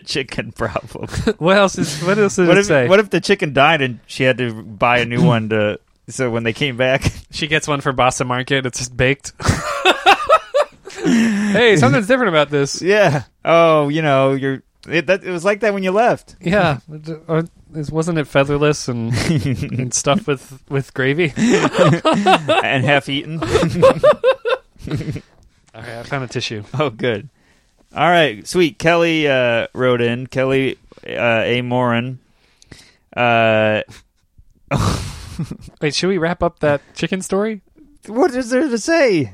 Speaker 2: chicken problem.
Speaker 1: What else is what else did
Speaker 2: what
Speaker 1: it
Speaker 2: if
Speaker 1: say?
Speaker 2: what if the chicken died and she had to buy a new one to? So when they came back,
Speaker 1: She gets one for Boston Market. It's just baked. hey, something's different about this.
Speaker 2: yeah. Oh, you know, you're. It, that, it was like that when you left.
Speaker 1: Yeah, Or- is- wasn't it featherless and, and stuff with with gravy?
Speaker 2: and half eaten.
Speaker 1: All right, I found a tissue.
Speaker 2: oh, good. All right, sweet. Kelly uh, wrote in. Kelly uh, A. Morin. Uh,
Speaker 1: Wait, should we wrap up that chicken story?
Speaker 2: what is there to say?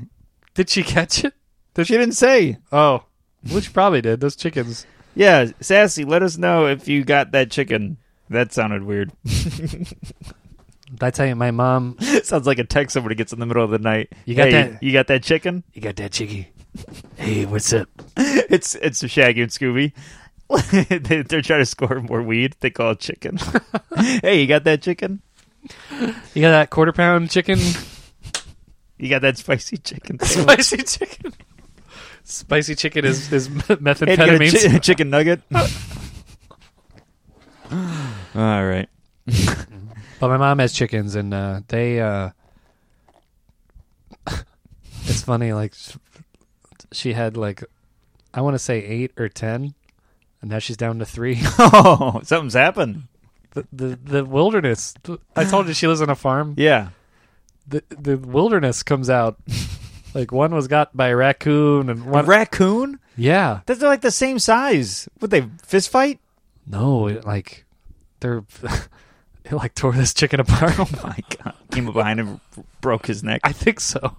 Speaker 1: Did she catch it?
Speaker 2: She didn't say.
Speaker 1: Oh, well, she probably did. Those chickens.
Speaker 2: Yeah, sassy. Let us know if you got that chicken. That sounded weird.
Speaker 1: I tell you, my mom.
Speaker 2: Sounds like a text somebody gets in the middle of the night.
Speaker 1: You got
Speaker 2: Hey,
Speaker 1: that-
Speaker 2: You got that chicken?
Speaker 1: You got that chicky? Hey, what's up?
Speaker 2: It's it's Shaggy and Scooby. They- They're trying to score more weed. They call it chicken. hey, you got that chicken?
Speaker 1: You got that quarter pound chicken?
Speaker 2: You got that spicy chicken?
Speaker 1: Spicy chicken. Spicy chicken is, is
Speaker 2: Hey, get a
Speaker 1: methamphetamines.
Speaker 2: chi- chicken nugget. All right.
Speaker 1: But my mom has chickens, and uh, they. Uh, it's funny, like sh- she had like, I want to say eight or ten, and now she's down to three.
Speaker 2: Oh, something's happened.
Speaker 1: the, the the wilderness. I told you she lives on a farm.
Speaker 2: Yeah.
Speaker 1: The the wilderness comes out. Like one was got by a raccoon, and
Speaker 2: A
Speaker 1: one.
Speaker 2: raccoon?
Speaker 1: yeah,
Speaker 2: That's like the same size. Would they fist fight?
Speaker 1: no, it, like they're. It like tore this chicken apart.
Speaker 2: Oh My God. Came up behind him, broke his neck.
Speaker 1: I think so.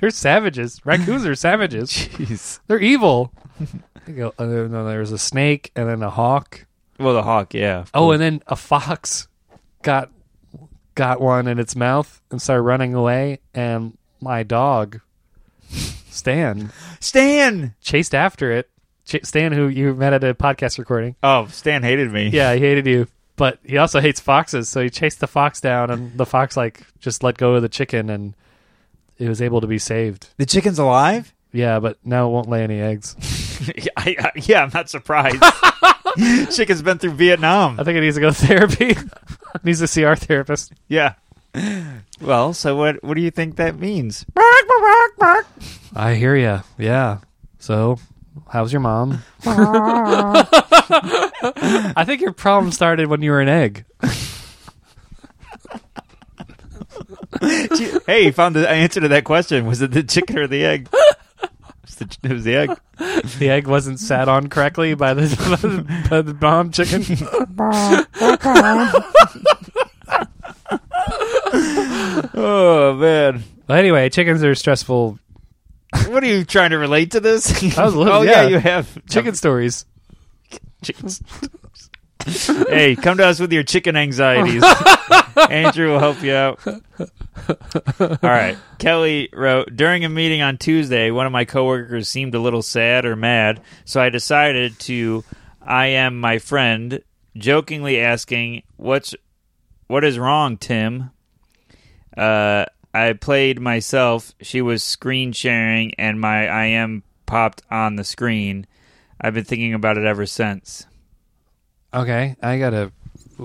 Speaker 1: They're savages. Raccoons are savages.
Speaker 2: Jeez.
Speaker 1: They're evil. You go, uh, no, there was a snake and then a hawk.
Speaker 2: Well, the hawk, yeah.
Speaker 1: Oh, and then a fox got got one in its mouth and started running away. And my dog, Stan,
Speaker 2: Stan.
Speaker 1: chased after it. Ch- Stan, who you met at a podcast recording.
Speaker 2: Oh, Stan hated me.
Speaker 1: Yeah, he hated you, but he also hates foxes. So he chased the fox down, and the fox like just let go of the chicken, and it was able to be saved.
Speaker 2: The chicken's alive?
Speaker 1: Yeah, but now it won't lay any eggs.
Speaker 2: yeah, I, I, yeah, I'm not surprised. chicken's been through Vietnam.
Speaker 1: I think it needs to go to therapy. It needs to see our therapist.
Speaker 2: Yeah. Well, so what what do you think that means?
Speaker 1: I hear ya. Yeah. So, how's your mom? I think your problem started when you were an egg.
Speaker 2: Gee, hey, you found the answer to that question. Was it the chicken or the egg? It's the- It was the egg.
Speaker 1: The egg wasn't sat on correctly by the by the, by the bomb chicken.
Speaker 2: Oh man,
Speaker 1: But anyway, chickens are stressful.
Speaker 2: what are you trying to relate to this?
Speaker 1: I was little,
Speaker 2: oh yeah.
Speaker 1: yeah.
Speaker 2: you have
Speaker 1: Chicken stories.
Speaker 2: chickens. hey, come to us with your chicken anxieties. Andrew will help you out. All right. Kelly wrote During a meeting on Tuesday, one of my coworkers seemed a little sad or mad, so I decided to I am my friend, jokingly asking, What's what is wrong, Tim? Uh I played myself. She was screen sharing, and my I am popped on the screen. I've been thinking about it ever since.
Speaker 1: Okay, I gotta.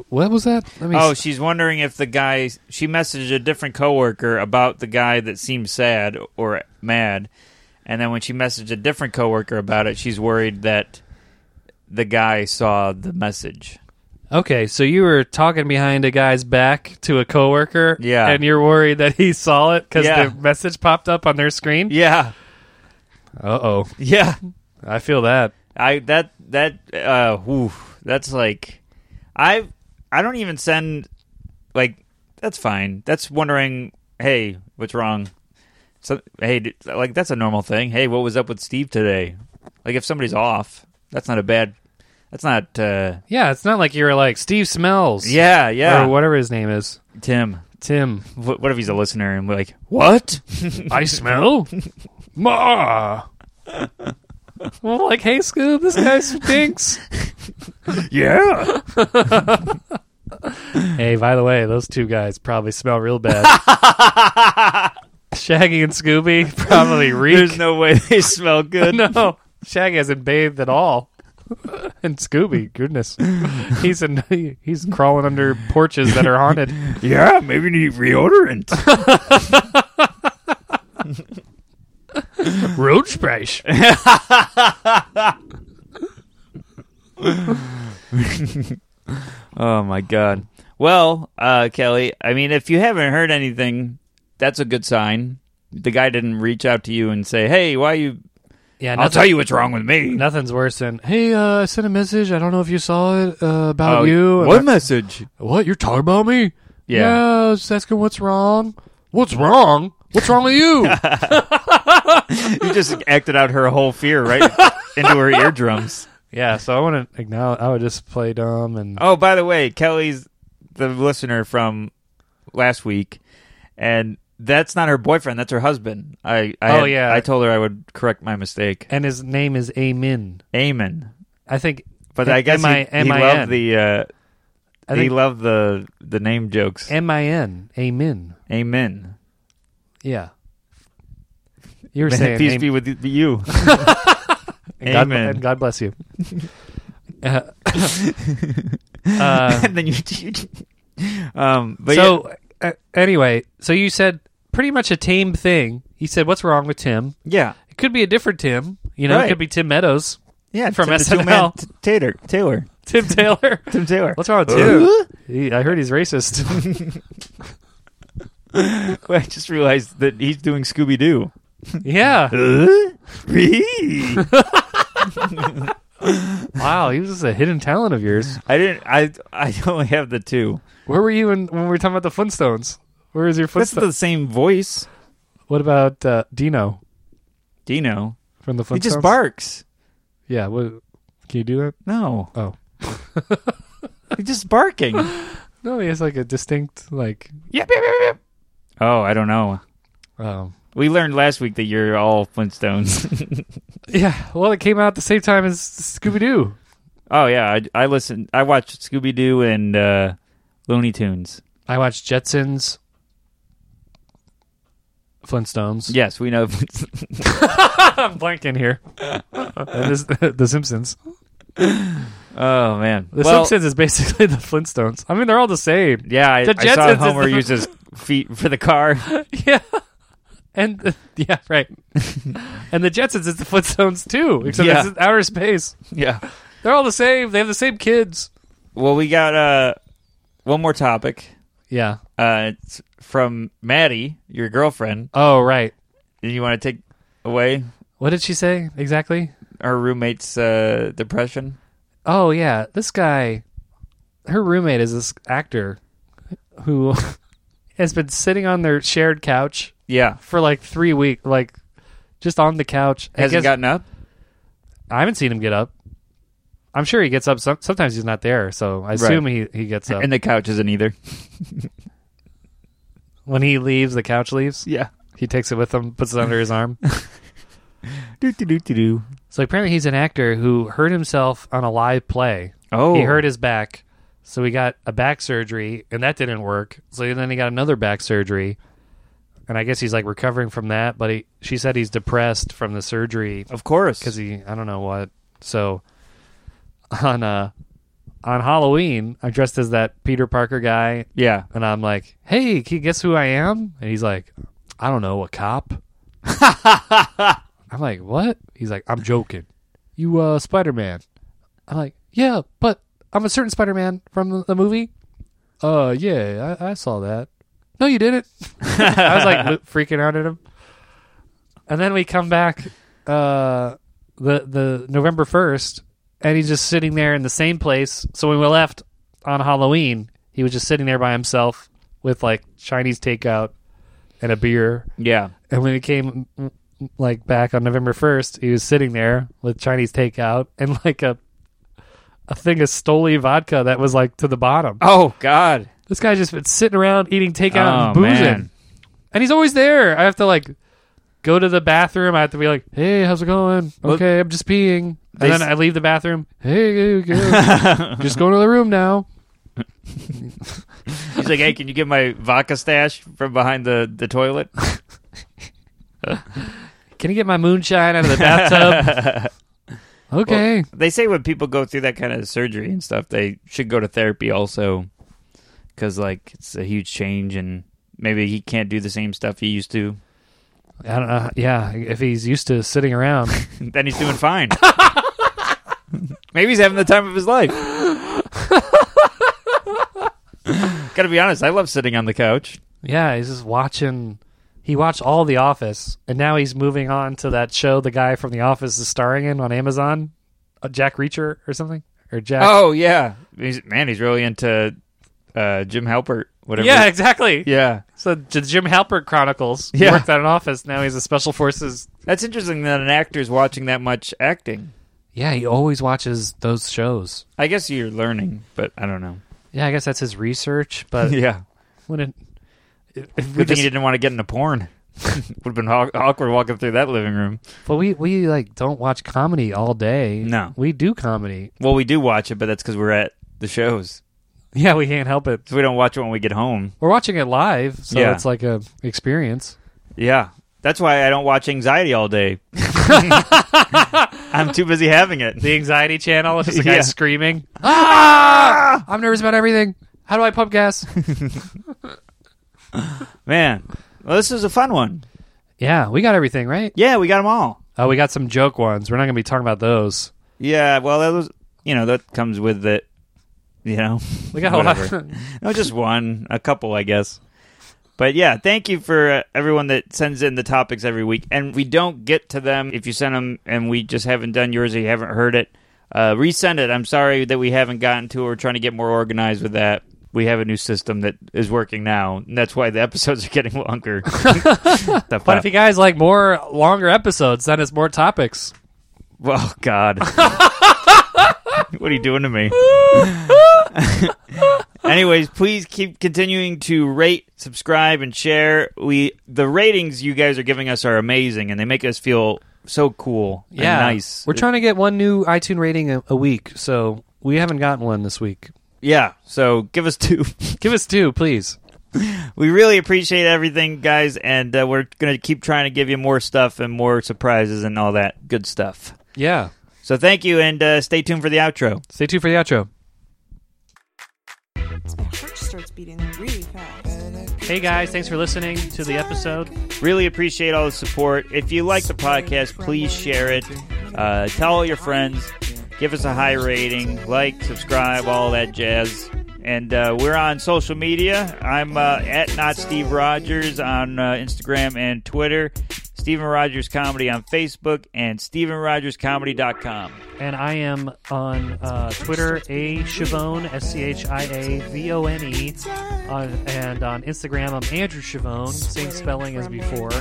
Speaker 1: What was that? Let me.
Speaker 2: Oh, she's wondering if the guy she messaged a different coworker about the guy that seemed sad or mad, and then when she messaged a different coworker about it, she's worried that the guy saw the message.
Speaker 1: Okay, so you were talking behind a guy's back to a coworker,
Speaker 2: Yeah.
Speaker 1: and you're worried that he saw it because
Speaker 2: Yeah.
Speaker 1: the message popped up on their screen.
Speaker 2: Yeah,
Speaker 1: Uh oh,
Speaker 2: yeah.
Speaker 1: I feel that.
Speaker 2: I that that uh, whew, that's like, I I don't even send like that's fine. That's wondering. Hey, what's wrong? So hey, d- like that's a normal thing. Hey, what was up with Steve today? Like if somebody's off, that's not a bad. That's not. uh
Speaker 1: Yeah, it's not like you were like Steve Smells,
Speaker 2: Yeah, yeah.
Speaker 1: or whatever his name is,
Speaker 2: Tim,
Speaker 1: Tim.
Speaker 2: what, what if he's a listener and we're like, what?
Speaker 1: I smell, ma. well, like, hey, Scoob, this guy stinks.
Speaker 2: yeah.
Speaker 1: hey, by the way, those two guys probably smell real bad. Shaggy and Scooby probably reek.
Speaker 2: There's no way they smell good.
Speaker 1: no, Shaggy hasn't bathed at all. and Scooby, goodness, he's in, he's crawling under porches that are haunted.
Speaker 2: Yeah, maybe need reodorant.
Speaker 1: Road sprays.
Speaker 2: Oh my god. Well, uh, Kelly, I mean, if you haven't heard anything, that's a good sign. The guy didn't reach out to you and say, "Hey, why you?"
Speaker 1: Yeah,
Speaker 2: I'll tell you what's wrong with me.
Speaker 1: Nothing's worse than hey, uh, I sent a message. I don't know if you saw it uh, about
Speaker 2: Oh,
Speaker 1: you. And
Speaker 2: What
Speaker 1: I-
Speaker 2: message?
Speaker 1: what? You're talking about me?
Speaker 2: Yeah.
Speaker 1: I was asking what's wrong. What's wrong? What's wrong with you?
Speaker 2: you just acted out her whole fear right into her eardrums.
Speaker 1: yeah. So I want to acknowledge. I would just play dumb and
Speaker 2: Oh, by the way, Kelly's the listener from last week, and that's not her boyfriend; that's her husband. I, I
Speaker 1: Oh, yeah.
Speaker 2: I told her I would correct my mistake.
Speaker 1: and his name is Amin.
Speaker 2: Amen.
Speaker 1: I think.
Speaker 2: But I guess he, he
Speaker 1: M-I-N.
Speaker 2: loved the uh,
Speaker 1: I
Speaker 2: he
Speaker 1: think
Speaker 2: loved the the name jokes.
Speaker 1: M I N. Amin.
Speaker 2: Amen.
Speaker 1: Yeah. You were saying
Speaker 2: peace
Speaker 1: aim-
Speaker 2: be with you.
Speaker 1: and God,
Speaker 2: amen.
Speaker 1: and God bless you. Uh, uh,
Speaker 2: and then you, you um, but yeah,
Speaker 1: so uh, anyway, so you said pretty much a tame thing. He said, "What's wrong with Tim?
Speaker 2: yeah,
Speaker 1: It could be a different Tim. You know,
Speaker 2: Right.
Speaker 1: it could be Tim Meadows,
Speaker 2: yeah,
Speaker 1: From
Speaker 2: Tim- the
Speaker 1: SNL.
Speaker 2: two-man t- Taylor, Taylor,
Speaker 1: Tim Taylor.
Speaker 2: Tim Taylor.
Speaker 1: What's wrong with Tim? He, I heard he's racist.
Speaker 2: I just realized that he's doing Scooby Doo.
Speaker 1: yeah. Uh?
Speaker 2: I
Speaker 1: Wow. He was just a hidden talent of yours.
Speaker 2: didn't. I I only have the two.
Speaker 1: Where were you in, when we were talking about the Flintstones? Where is your
Speaker 2: That's
Speaker 1: Flintstone?
Speaker 2: the same voice.
Speaker 1: what about uh, Dino
Speaker 2: Dino.
Speaker 1: from the Flintstones?
Speaker 2: He just barks.
Speaker 1: Yeah. What, can you do that?
Speaker 2: No,
Speaker 1: Oh.
Speaker 2: he's just barking. oh,
Speaker 1: No, he has like a distinct like.
Speaker 2: Oh, I don't know.
Speaker 1: Um,
Speaker 2: We learned last week that you're all Flintstones.
Speaker 1: yeah. Well, it came out at the same time as Scooby Doo.
Speaker 2: oh yeah, I, I listened. I watched Scooby Doo and uh, Looney Tunes.
Speaker 1: I watched Jetsons, Flintstones.
Speaker 2: Yes, we know.
Speaker 1: I'm blanking here. and this, the Simpsons.
Speaker 2: oh man,
Speaker 1: The
Speaker 2: well,
Speaker 1: Simpsons is basically the Flintstones. I mean, they're all the same.
Speaker 2: Yeah, I,
Speaker 1: The
Speaker 2: I saw
Speaker 1: Jetsons is
Speaker 2: Homer
Speaker 1: the-
Speaker 2: use his feet for the car.
Speaker 1: Yeah. And yeah, right. and the Jetsons is the Flintstones too, except
Speaker 2: Yeah.
Speaker 1: it's in outer space.
Speaker 2: yeah.
Speaker 1: They're all the same. They have the same kids.
Speaker 2: Well, we got uh, one more topic.
Speaker 1: Yeah.
Speaker 2: Uh, it's from Maddie, your girlfriend.
Speaker 1: Oh, right.
Speaker 2: And you want to take away
Speaker 1: What did she say exactly?
Speaker 2: our roommate's uh, depression?
Speaker 1: Oh yeah, this guy, her roommate is this actor who has been sitting on their shared couch
Speaker 2: Yeah.
Speaker 1: for like three weeks, like just on the couch. I
Speaker 2: Has
Speaker 1: guess-
Speaker 2: he gotten up?
Speaker 1: I haven't seen him get up. I'm sure he gets up. Some, sometimes he's not there, so I assume he, he gets up.
Speaker 2: And the couch isn't either.
Speaker 1: when he leaves, the couch leaves.
Speaker 2: Yeah.
Speaker 1: He takes it with him, puts it under his arm.
Speaker 2: Do, do, do, do, do.
Speaker 1: So apparently, he's an actor who hurt himself on a live play.
Speaker 2: Oh.
Speaker 1: He hurt his back, so he got a back surgery, and that didn't work. So then he got another back surgery, and I guess he's like recovering from that. But he, she said he's depressed from the surgery
Speaker 2: Of course.
Speaker 1: because he I don't know what. So on uh on Halloween, I'm dressed as that Peter Parker guy,
Speaker 2: yeah.
Speaker 1: and I'm like, "Hey, can you guess who I am?" And he's like, "I don't know, a cop." I'm like, "What?" He's like, "I'm joking. You uh Spider Man." I'm like, "Yeah, but I'm a certain Spider Man from the, the movie." Uh, yeah, I, I saw that. No, you didn't. I was like lo- freaking out at him. And then we come back uh, the the November first, and he's just sitting there in the same place. So when we left on Halloween, he was just sitting there by himself with like Chinese takeout and a beer.
Speaker 2: Yeah.
Speaker 1: And when we came mm, mm, like back on November first, he was sitting there with Chinese takeout and like a a thing of Stoli vodka that was like to the bottom.
Speaker 2: Oh, God.
Speaker 1: This guy just been sitting around eating takeout
Speaker 2: Oh,
Speaker 1: and boozing.
Speaker 2: man.
Speaker 1: And he's always there. I have to like go to the bathroom. I have to be like, "Hey, how's it going? Okay, I'm just peeing."
Speaker 2: they
Speaker 1: And then
Speaker 2: s-
Speaker 1: I leave the bathroom. Hey, go- go. just go to the room now.
Speaker 2: He's like, hey, can you get my vodka stash from behind the, the toilet?
Speaker 1: Can you get my moonshine out of the bathtub? okay.
Speaker 2: They say when people go through that kind of surgery and stuff, they should go to therapy also, because like it's a huge change, and maybe he can't do the same stuff he used to.
Speaker 1: I don't know. Yeah, if he's used to sitting around.
Speaker 2: Then he's doing fine. maybe he's having the time of his life. Gotta be honest, I love sitting on the couch.
Speaker 1: yeah, he's just watching. He watched all The Office, and now he's moving on to that show the guy from The Office is starring in on Amazon, uh, Jack Reacher or something, or Jack.
Speaker 2: Oh yeah, he's, man, he's really into uh, Jim Halpert. Whatever.
Speaker 1: yeah, exactly.
Speaker 2: yeah.
Speaker 1: So the Jim Halpert Chronicles.
Speaker 2: Yeah.
Speaker 1: He worked at an office. Now he's a special forces.
Speaker 2: That's interesting that an actor's watching that much acting.
Speaker 1: Yeah, he always watches those shows.
Speaker 2: I guess you're learning, but I don't know.
Speaker 1: Yeah, I guess that's his research. But
Speaker 2: Yeah.
Speaker 1: when it, if if we
Speaker 2: Good thing
Speaker 1: just,
Speaker 2: you didn't want to get into porn. Would have been haw- awkward walking through that living room.
Speaker 1: but we we like don't watch comedy all day.
Speaker 2: No.
Speaker 1: we do comedy.
Speaker 2: Well, we do watch it, but that's because we're at the shows.
Speaker 1: Yeah, we can't help it.
Speaker 2: So we don't watch it when we get home.
Speaker 1: We're watching it live, so
Speaker 2: Yeah.
Speaker 1: it's like a experience.
Speaker 2: Yeah. That's why I don't watch anxiety all day. I'm too busy having it.
Speaker 1: The anxiety channel is just a guy
Speaker 2: Yeah.
Speaker 1: screaming. Ah! I'm nervous about everything. How do I pump gas?
Speaker 2: Man, well, this is a fun one.
Speaker 1: yeah, we got everything right.
Speaker 2: Yeah, we got them all.
Speaker 1: Oh, we got some joke ones. We're not going to be talking about those.
Speaker 2: Yeah, well, that was you know that comes with it. You know,
Speaker 1: We got a lot.
Speaker 2: Whatever. no, just one, a couple, I guess. But yeah, thank you for uh, everyone that sends in the topics every week, and we don't get to them if you send them, and we just haven't done yours or you haven't heard it. Uh, resend it. I'm sorry that we haven't gotten to it. We're trying to get more organized with that. We have a new system that is working now, and that's why the episodes are getting longer. The
Speaker 1: But if you guys like more longer episodes, send us more topics.
Speaker 2: Oh God! what are you doing to me? Anyways, please keep continuing to rate, subscribe, and share. We the ratings you guys are giving us are amazing, and they make us feel so cool. and nice.
Speaker 1: We're trying to get one new iTunes rating a, a week, so we haven't gotten one this week.
Speaker 2: Yeah. So give us two.
Speaker 1: Give us two, please.
Speaker 2: we really appreciate everything, guys, and uh, we're gonna keep trying to give you more stuff and more surprises and all that good stuff.
Speaker 1: Yeah.
Speaker 2: So thank you, and uh, stay tuned for the outro.
Speaker 1: Stay tuned for the outro.
Speaker 3: My heart starts beating really fast.
Speaker 1: Hey guys, thanks for listening to the episode.
Speaker 2: Really appreciate all the support. If you like the podcast, please share it. Uh, tell all your friends. Give us a high rating. Like, subscribe, all that jazz. And uh, we're on social media. I'm uh, at not Steve Rogers on uh, Instagram and Twitter. Steven Rogers Comedy on Facebook and StevenRogersComedy.com.
Speaker 5: and I am on uh, Twitter a Chavone s c h i a v o n e, on and on Instagram I'm Andrew Chavone, same spelling as before.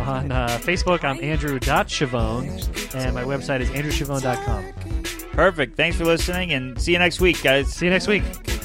Speaker 5: On uh, Facebook I'm Andrew Chavone, and my website is andrewchavone.com.
Speaker 2: Perfect. Thanks for listening and see you next week, guys.
Speaker 5: See you next week.